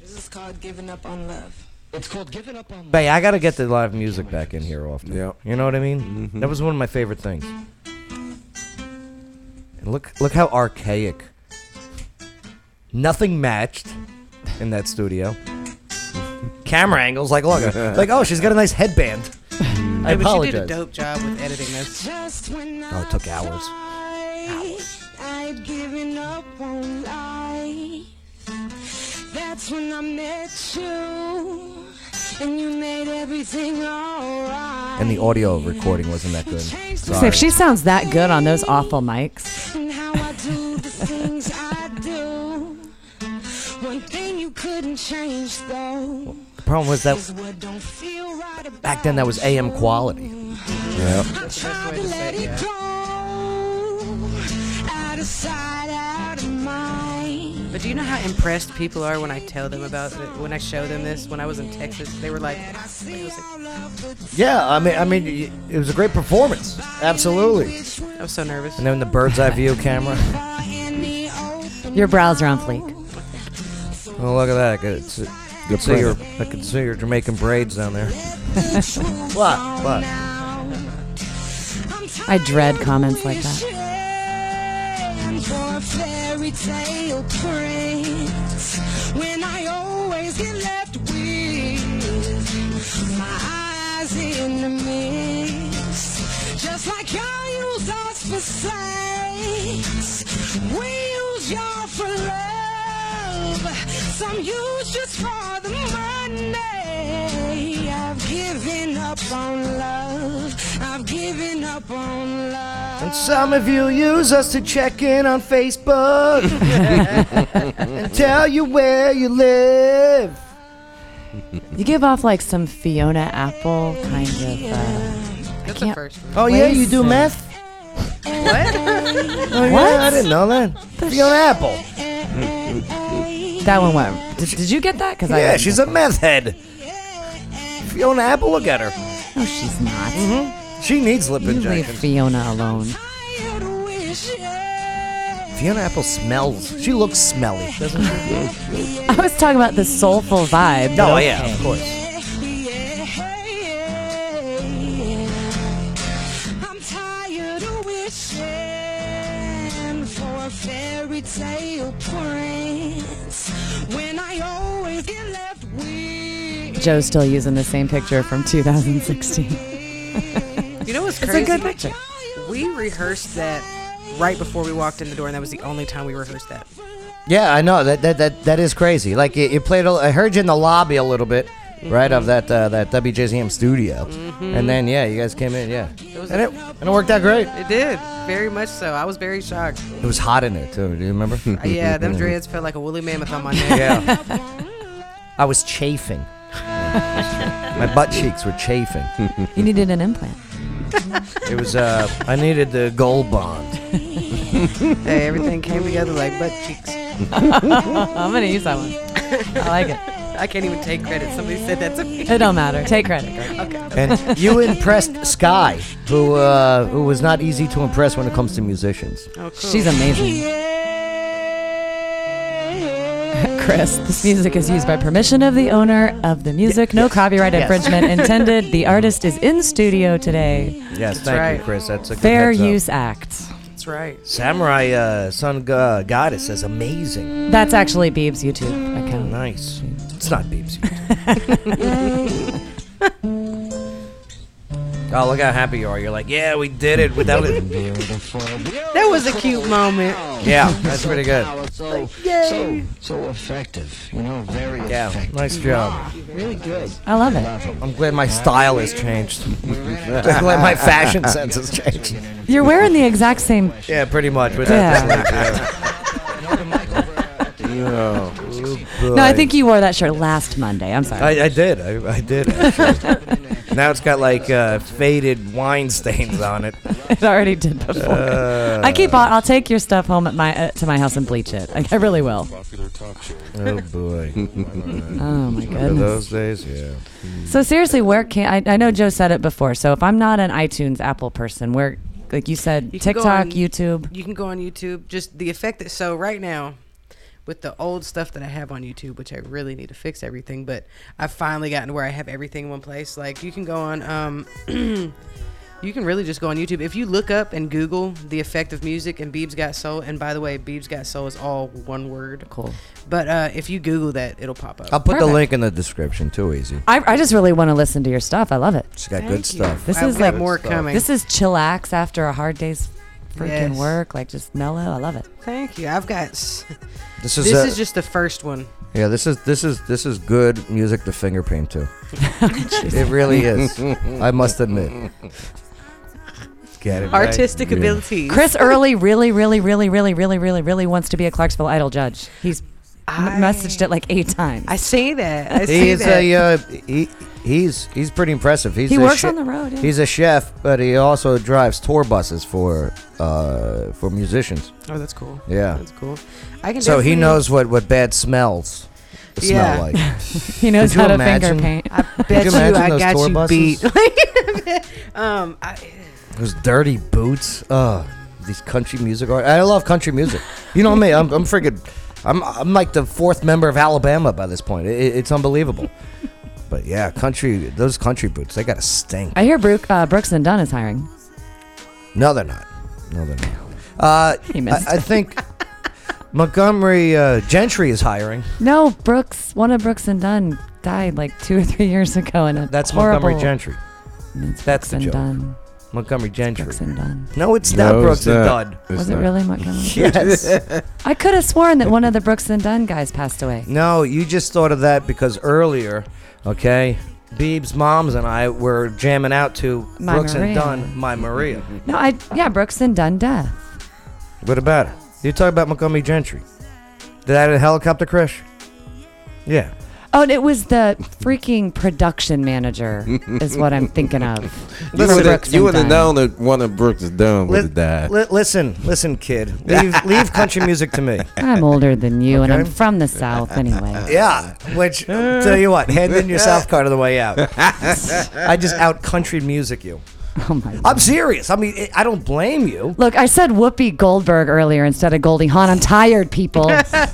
Speaker 5: This is called giving up on love.
Speaker 1: It's called giving up on.
Speaker 2: Bay, I gotta get the live music back in here often.
Speaker 3: Yep.
Speaker 2: You know what I mean? That was one of my favorite things. And look look how archaic. Nothing matched in that studio. Camera angles, like look like oh she's got a nice headband. I
Speaker 7: Hey, but you did a
Speaker 2: apologize.
Speaker 7: dope job with editing this.
Speaker 5: Just when
Speaker 2: Oh, it took hours.
Speaker 5: I'd given up on life. That's when I met you. And you made everything alright.
Speaker 2: And the audio recording wasn't that good.
Speaker 6: So if she sounds that good on those awful mics,
Speaker 5: And how I do the things I do. One thing you couldn't change though.
Speaker 2: The problem was that
Speaker 5: Is what don't feel right about
Speaker 2: back then that was AM quality.
Speaker 5: I tried to let it go. Out of sight, out of mind.
Speaker 7: But do you know how impressed people are when I tell them about it? When I show them this, when I was in Texas, they were like,
Speaker 5: I see all of the
Speaker 2: Yeah, I mean I mean y- it was a great performance. Absolutely.
Speaker 7: I was so nervous.
Speaker 2: And then the bird's eye view camera.
Speaker 5: door in the open.
Speaker 6: your brows are on fleek.
Speaker 2: Oh, look at that. I could see,
Speaker 3: Good
Speaker 2: see your,
Speaker 3: present.
Speaker 2: I could see your Jamaican braids down there. what? What?
Speaker 5: I'm
Speaker 6: I dread comments like that.
Speaker 5: tired for a fairy tale prince when I always get left with my eyes in the mist. Just like y'all use us for sex, we use y'all for love. Some use just for the money. I've given up on love. I've given up on love.
Speaker 2: And some of you use us to check in on Facebook and tell you where you live.
Speaker 6: You give off like some Fiona Apple kind of. Uh,
Speaker 7: That's
Speaker 6: can't-
Speaker 7: a first.
Speaker 2: Oh, yeah, you do
Speaker 6: Listen.
Speaker 2: meth? What? Oh, yeah, I didn't know that. Fiona Apple.
Speaker 6: That one went. Did, did you get that? Because I
Speaker 2: Yeah,
Speaker 6: didn't.
Speaker 2: she's a meth head. Fiona Apple, look at her.
Speaker 6: No, she's not.
Speaker 2: She needs lip
Speaker 6: You leave
Speaker 2: injections.
Speaker 6: Fiona alone.
Speaker 5: Tired of wishing.
Speaker 2: Fiona Apple smells. She looks smelly. Doesn't she?
Speaker 6: I was talking about the soulful vibe. but
Speaker 2: Oh
Speaker 6: okay.
Speaker 2: yeah, of course.
Speaker 5: I'm tired of wishing for a fairy tale prince when I always get left with.
Speaker 6: Joe's still using the same picture from 2016.
Speaker 7: You know what's
Speaker 6: It's
Speaker 7: crazy?
Speaker 6: a good picture.
Speaker 7: We rehearsed that right before we walked in the door, and that was the only time we rehearsed that.
Speaker 2: Yeah, I know that that that, that is crazy. Like you, you played. A, I heard you in the lobby a little bit, right of that uh, that WJZM studio, and then yeah, you guys came in. Yeah, and Mm-hmm. it and it worked out great.
Speaker 7: It did very much so. I was very shocked.
Speaker 2: It was hot in there too. Do you remember?
Speaker 7: yeah, them dreads felt like a woolly mammoth on my neck.
Speaker 2: Yeah. I was chafing. My butt cheeks were chafing.
Speaker 6: You needed an implant.
Speaker 2: It was uh I needed the gold bond.
Speaker 7: Hey, everything came together like butt cheeks.
Speaker 6: I'm gonna use that one. I like it.
Speaker 7: I can't even take credit. Somebody said that to me.
Speaker 6: It don't matter. Take credit.
Speaker 2: And you impressed Sky, who uh who was not easy to impress when it comes to musicians.
Speaker 7: Oh,
Speaker 6: She's amazing. Chris, this music is used by permission of the owner of the music. No copyright infringement intended. The artist is in studio today.
Speaker 2: Yes, thank
Speaker 7: right.
Speaker 2: you, Chris. That's a good
Speaker 6: Fair
Speaker 2: heads up.
Speaker 6: Use Act.
Speaker 7: That's right.
Speaker 2: Samurai uh, Sun Ga- Goddess is amazing.
Speaker 6: That's actually Beeb's YouTube account.
Speaker 2: Nice. It's not Beebs. oh, look how happy you are. You're like, yeah, we did it without it.
Speaker 7: That was a cute moment.
Speaker 2: Yeah, that's pretty good.
Speaker 1: So, so, so effective. You know, very
Speaker 2: Yeah,
Speaker 1: effective.
Speaker 2: nice job.
Speaker 1: Really good.
Speaker 6: I love it.
Speaker 2: I'm glad my style has changed. I'm glad my fashion sense has changed.
Speaker 6: You're wearing the exact same.
Speaker 2: Yeah, pretty much. With
Speaker 6: Yeah. No, I think you wore that shirt last Monday. I'm sorry.
Speaker 2: I, I did. I, I did. actually. now it's got like uh, faded wine stains on it.
Speaker 6: It already did before. I keep on. I'll take your stuff home at my uh, to my house and bleach it. Like, I really will.
Speaker 2: Oh boy.
Speaker 6: Oh my goodness.
Speaker 2: Those days, yeah.
Speaker 6: So seriously, where can I, I know Joe said it before. So if I'm not an iTunes Apple person, where like you said,
Speaker 7: You can go
Speaker 6: TikTok,
Speaker 7: on-
Speaker 6: YouTube.
Speaker 7: You can go on YouTube. Just the effect that. So right now, with the old stuff that I have on YouTube, which I really need to fix everything, but I've finally gotten to where I have everything in one place. Like you can go on. Um, you can really just go on YouTube. If you look up and Google the effect of music and Beebs Got Soul, and by the way, Beebs Got Soul is all one word.
Speaker 6: Cool.
Speaker 7: But uh, if you Google that, it'll pop up.
Speaker 2: I'll put the
Speaker 6: Perfect.
Speaker 2: link in the description. Too easy.
Speaker 6: I, I just really want to listen to your stuff. I love it.
Speaker 2: She's got
Speaker 7: Thank
Speaker 2: good
Speaker 7: you.
Speaker 2: stuff.
Speaker 6: This
Speaker 7: I've
Speaker 6: is
Speaker 7: got
Speaker 6: like
Speaker 7: more coming.
Speaker 6: This is chillax after a hard day's freaking
Speaker 7: Yes.
Speaker 6: work. Like just mellow. I love it.
Speaker 7: Thank you. I've got. s-
Speaker 2: This is,
Speaker 7: This
Speaker 2: uh,
Speaker 7: is just the first one.
Speaker 2: yeah. This is this is this is good music to finger paint to. it really is. I must admit. Get it right.
Speaker 7: Artistic
Speaker 2: Yeah.
Speaker 7: ability.
Speaker 6: Chris Early really, really, really, really, really, really, really wants to be a Clarksville Idol judge. He's m- messaged it like eight times.
Speaker 7: I see that. I see
Speaker 2: He is
Speaker 7: that.
Speaker 2: a uh, he, he's he's pretty impressive. He's
Speaker 6: He
Speaker 2: a
Speaker 6: works on the road, yeah.
Speaker 2: He's a chef, but he also drives tour buses for uh, for musicians.
Speaker 7: oh, that's cool.
Speaker 2: Yeah.
Speaker 7: that's cool. I can.
Speaker 2: So he
Speaker 7: definitely-
Speaker 2: knows what what bad smells
Speaker 7: Yeah.
Speaker 2: smell like.
Speaker 6: he knows
Speaker 2: Could you
Speaker 6: how to
Speaker 2: imagine?
Speaker 6: finger paint.
Speaker 7: I bet
Speaker 2: you
Speaker 7: you,
Speaker 2: imagine
Speaker 7: I
Speaker 2: those
Speaker 7: got
Speaker 2: tour
Speaker 7: you
Speaker 2: buses?
Speaker 7: beat. um, I,
Speaker 2: Those dirty boots. Ugh. These country music art. I love country music. You know me. I'm, I'm freaking. I'm, I'm like the fourth member of Alabama by this point. It, it's unbelievable. But yeah, country. Those country boots. They gotta stink.
Speaker 6: I hear Brooke, uh, Brooks and Dunn is hiring.
Speaker 2: No, they're not. No, they're not. Uh,
Speaker 6: He
Speaker 2: I,
Speaker 6: missed.
Speaker 2: I think Montgomery uh, Gentry is hiring.
Speaker 6: no, Brooks, one of Brooks and Dunn died like two or three years ago, and
Speaker 2: That's Montgomery Gentry. That's
Speaker 6: That's
Speaker 2: the
Speaker 6: and
Speaker 2: joke.
Speaker 6: Dunn.
Speaker 2: Montgomery Gentry.
Speaker 6: Brooks and Dunn.
Speaker 2: No, it's not
Speaker 3: No,
Speaker 2: Brooks
Speaker 3: it's
Speaker 2: and
Speaker 3: not.
Speaker 2: Dunn.
Speaker 3: It's
Speaker 6: Was it
Speaker 3: not.
Speaker 6: really Montgomery?
Speaker 2: Yes.
Speaker 6: I could have sworn that one of the Brooks and Dunn guys passed away.
Speaker 2: No, you just thought of that because earlier, okay, Beeb's moms and I were jamming out to
Speaker 6: My
Speaker 2: Brooks and
Speaker 6: Maria.
Speaker 2: Dunn, My Maria.
Speaker 6: No, I yeah, Brooks and Dunn death.
Speaker 2: what about it? You talk about Montgomery Gentry. Did that a helicopter crash? Yeah.
Speaker 6: Oh, and it was the freaking production manager, is what I'm thinking of.
Speaker 3: You
Speaker 6: for
Speaker 3: would
Speaker 6: Brooks
Speaker 3: you
Speaker 6: and
Speaker 3: would have known
Speaker 6: Dunn.
Speaker 3: that one of Brooks is done would
Speaker 2: Li-
Speaker 3: have died.
Speaker 2: li- listen, listen, kid. Leave, leave country music to me.
Speaker 6: I'm older than you, and I'm
Speaker 2: Okay.
Speaker 6: from the South anyway.
Speaker 2: Yeah, which tell you what, hand in your South card on the way out. I just out country music you.
Speaker 6: Oh my God.
Speaker 2: I'm serious. I mean, I- I don't blame you.
Speaker 6: Look, I said Whoopi Goldberg earlier instead of Goldie Hawn. I'm tired, people.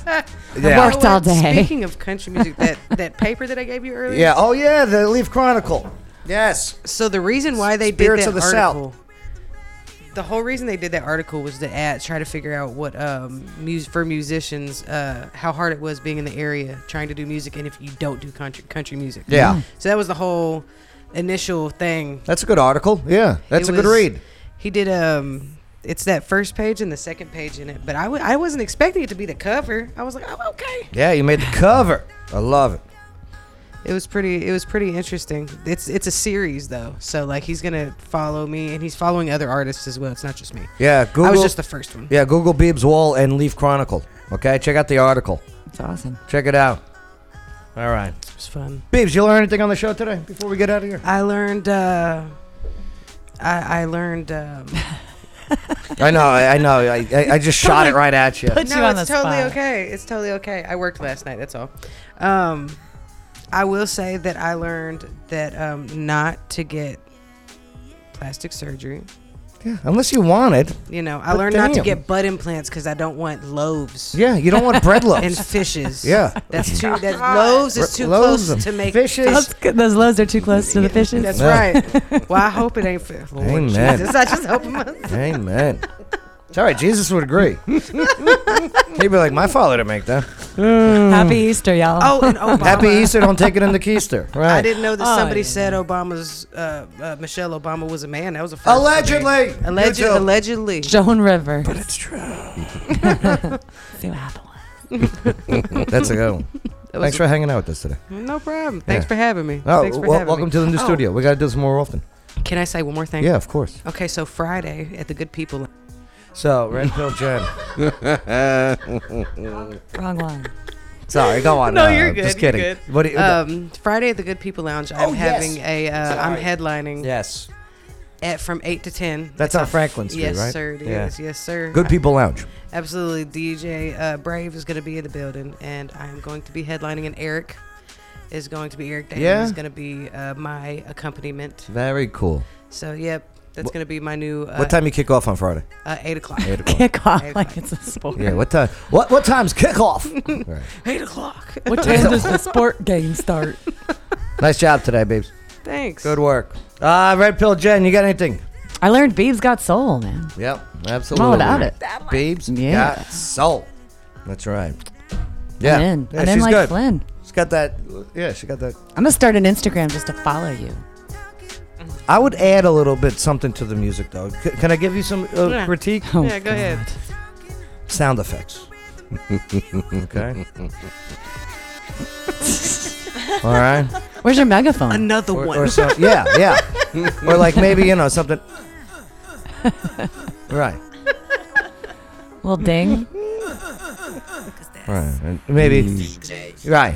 Speaker 2: Yeah.
Speaker 6: Worked all day.
Speaker 7: Speaking of country music, that, that paper that I gave you earlier.
Speaker 2: Yeah. Oh yeah, the Leaf Chronicle. Yes.
Speaker 7: So the reason why they
Speaker 2: Spirits
Speaker 7: did
Speaker 2: of
Speaker 7: that
Speaker 2: the South.
Speaker 7: article, the whole reason they did that article was to add, try to figure out what um, mus- for musicians, uh, how hard it was being in the area trying to do music, and if you don't do country country music.
Speaker 2: Yeah.
Speaker 7: So that was the whole initial thing.
Speaker 2: That's a good article. Yeah, that's
Speaker 7: It
Speaker 2: a good
Speaker 7: was-
Speaker 2: read.
Speaker 7: He did um. It's that first page and the second page in it, but I w- I wasn't expecting it to be the cover. I was like, oh, okay.
Speaker 2: Yeah, you made the cover. I love it.
Speaker 7: It was pretty. It was pretty interesting. It's it's a series though, so like he's gonna follow me, and he's following other artists as well. It's not just me.
Speaker 2: Yeah, Google.
Speaker 7: I was just the first one.
Speaker 2: yeah, Google Biebs Wall and Leaf Chronicle. Okay, check out the article.
Speaker 6: It's awesome.
Speaker 2: Check it out. All right,
Speaker 7: It was fun.
Speaker 2: Biebs, you learn anything on the show today before we get out of here?
Speaker 7: I learned. Uh, I I learned. Um,
Speaker 2: I know, I I know. I, I, I just shot it right at you.
Speaker 6: Put you
Speaker 7: no,
Speaker 6: on
Speaker 7: it's
Speaker 6: the
Speaker 7: totally
Speaker 6: spot.
Speaker 7: okay. It's totally okay. I worked last night. That's all. Um, I will say that I learned that um, not to get plastic surgery.
Speaker 2: Unless you want it.
Speaker 7: You know, I
Speaker 2: But
Speaker 7: learned not to
Speaker 2: damn.
Speaker 7: get butt implants because I don't want loaves.
Speaker 2: Yeah, you don't want bread
Speaker 7: and
Speaker 2: loaves.
Speaker 7: fishes.
Speaker 2: Yeah.
Speaker 7: that's too. That loaves is too close
Speaker 2: Loaves,
Speaker 7: to make
Speaker 2: fishes.
Speaker 7: fish.
Speaker 6: Those, those lows are too close to the fishes.
Speaker 7: That's
Speaker 2: Yeah.
Speaker 7: right. Well, I hope it ain't fish. Lord
Speaker 2: Amen.
Speaker 7: Jesus, I just hope. it must-
Speaker 2: Amen. It's all right. Jesus would agree. He'd be like, my father didn't make that.
Speaker 6: Happy Easter, y'all.
Speaker 7: Oh, and Obama.
Speaker 2: Happy Easter, don't take it in the keister.
Speaker 7: I
Speaker 2: Right.
Speaker 7: didn't know that
Speaker 6: Oh,
Speaker 7: somebody
Speaker 6: yeah.
Speaker 7: said Obama's uh, uh, Michelle Obama was a man. That was a first.
Speaker 2: Allegedly.
Speaker 7: Alleged,
Speaker 2: You too.
Speaker 7: allegedly.
Speaker 6: Joan River. But it's true. See what happened.
Speaker 2: That's a good one. Thanks for hanging out with us today.
Speaker 7: No problem. Thanks
Speaker 2: Yeah.
Speaker 7: for having me.
Speaker 2: Oh,
Speaker 7: Thanks for
Speaker 2: wel-
Speaker 7: having
Speaker 2: welcome
Speaker 7: me.
Speaker 2: to the new
Speaker 7: Oh,
Speaker 2: studio. We got to do this more often.
Speaker 7: Can I say one more thing?
Speaker 2: Yeah, of course.
Speaker 7: Okay, so Friday at the Good People.
Speaker 2: So, Red Pill Jen.
Speaker 6: Wrong one.
Speaker 2: Sorry, go on.
Speaker 7: No,
Speaker 2: uh,
Speaker 7: you're good.
Speaker 2: Just kidding.
Speaker 7: You're good.
Speaker 2: What do you,
Speaker 7: Um, Friday at the Good People Lounge. I'm
Speaker 2: Oh, yes.
Speaker 7: having a. Uh, I'm headlining.
Speaker 2: yes.
Speaker 7: at from eight to ten.
Speaker 2: That's
Speaker 7: It's
Speaker 2: on
Speaker 7: a-
Speaker 2: Franklin Street,
Speaker 7: yes,
Speaker 2: right?
Speaker 7: Sir, it
Speaker 2: Yeah.
Speaker 7: is. Yes, sir.
Speaker 2: Good People Lounge.
Speaker 7: Absolutely. DJ uh, Brave is going to be in the building, and I am going to be headlining, and Eric is going to be Eric Dane
Speaker 2: Yeah.
Speaker 7: is going to be uh, my accompaniment.
Speaker 2: Very cool.
Speaker 7: So, yep, that's going to be my new uh,
Speaker 2: What time you kick off on Friday?
Speaker 7: Uh, eight o'clock.
Speaker 2: Eight o'clock.
Speaker 6: Kick off
Speaker 7: Okay.
Speaker 6: like it's a sport.
Speaker 2: Yeah, what time? What what time's kickoff? Right.
Speaker 7: Eight o'clock.
Speaker 6: What time does the sport game start?
Speaker 2: Nice job today, babes.
Speaker 7: Thanks.
Speaker 2: Good work. Uh, Red Pill Jen, you got anything?
Speaker 6: I learned Beebs got soul, man.
Speaker 2: Yep, absolutely.
Speaker 6: about it.
Speaker 2: Babes
Speaker 6: Yeah.
Speaker 2: got soul. That's right. Yeah,
Speaker 6: I'm in.
Speaker 2: yeah
Speaker 6: I'm in
Speaker 2: she's
Speaker 6: like
Speaker 2: good.
Speaker 6: Flynn.
Speaker 2: She's got that. Yeah, she got that.
Speaker 6: I'm gonna start an Instagram just to follow you.
Speaker 2: I would add a little bit something to the music though. C- can I give you some uh,
Speaker 7: Yeah.
Speaker 2: critique?
Speaker 6: Oh,
Speaker 7: Yeah, go ahead.
Speaker 2: Sound effects. okay. All right.
Speaker 6: Where's your megaphone?
Speaker 7: Another
Speaker 2: Or,
Speaker 7: one.
Speaker 2: or so, yeah, yeah. or like maybe you know something. right.
Speaker 6: Little ding.
Speaker 2: Right. and Maybe. Right.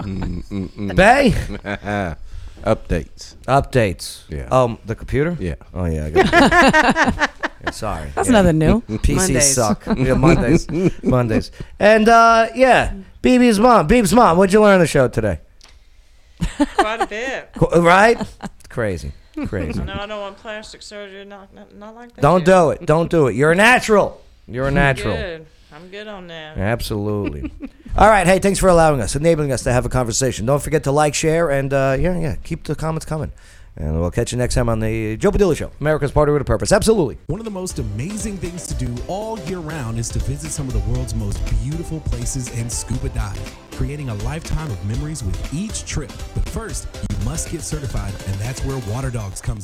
Speaker 3: Mm,
Speaker 2: Bay
Speaker 3: Updates.
Speaker 2: updates.
Speaker 3: Yeah.
Speaker 2: Um, the computer.
Speaker 3: Yeah.
Speaker 2: Oh yeah. I got it. Yeah, Sorry.
Speaker 6: That's nothing new.
Speaker 2: PCs
Speaker 7: Mondays.
Speaker 2: suck. Yeah, Mondays. Mondays. And uh, yeah, BB's mom. Beeb's mom. What'd you learn on the show today?
Speaker 8: Quite a bit.
Speaker 2: Co- Right? It's crazy. Crazy.
Speaker 8: No, I don't want plastic surgery. Not, not, not like that.
Speaker 2: Don't do it. Don't do it. You're a natural. You're a natural.
Speaker 8: Good. I'm good on that.
Speaker 2: Absolutely. All right. Hey, thanks for allowing us, enabling us to have a conversation. Don't forget to like, share, and uh, yeah, yeah, keep the comments coming. And we'll catch you next time on the Joe Padilla Show, America's Party with a Purpose. Absolutely.
Speaker 9: One of the most amazing things to do all year round is to visit some of the world's most beautiful places and scuba dive, creating a lifetime of memories with each trip. But first, you must get certified, and that's where Water Dogs comes.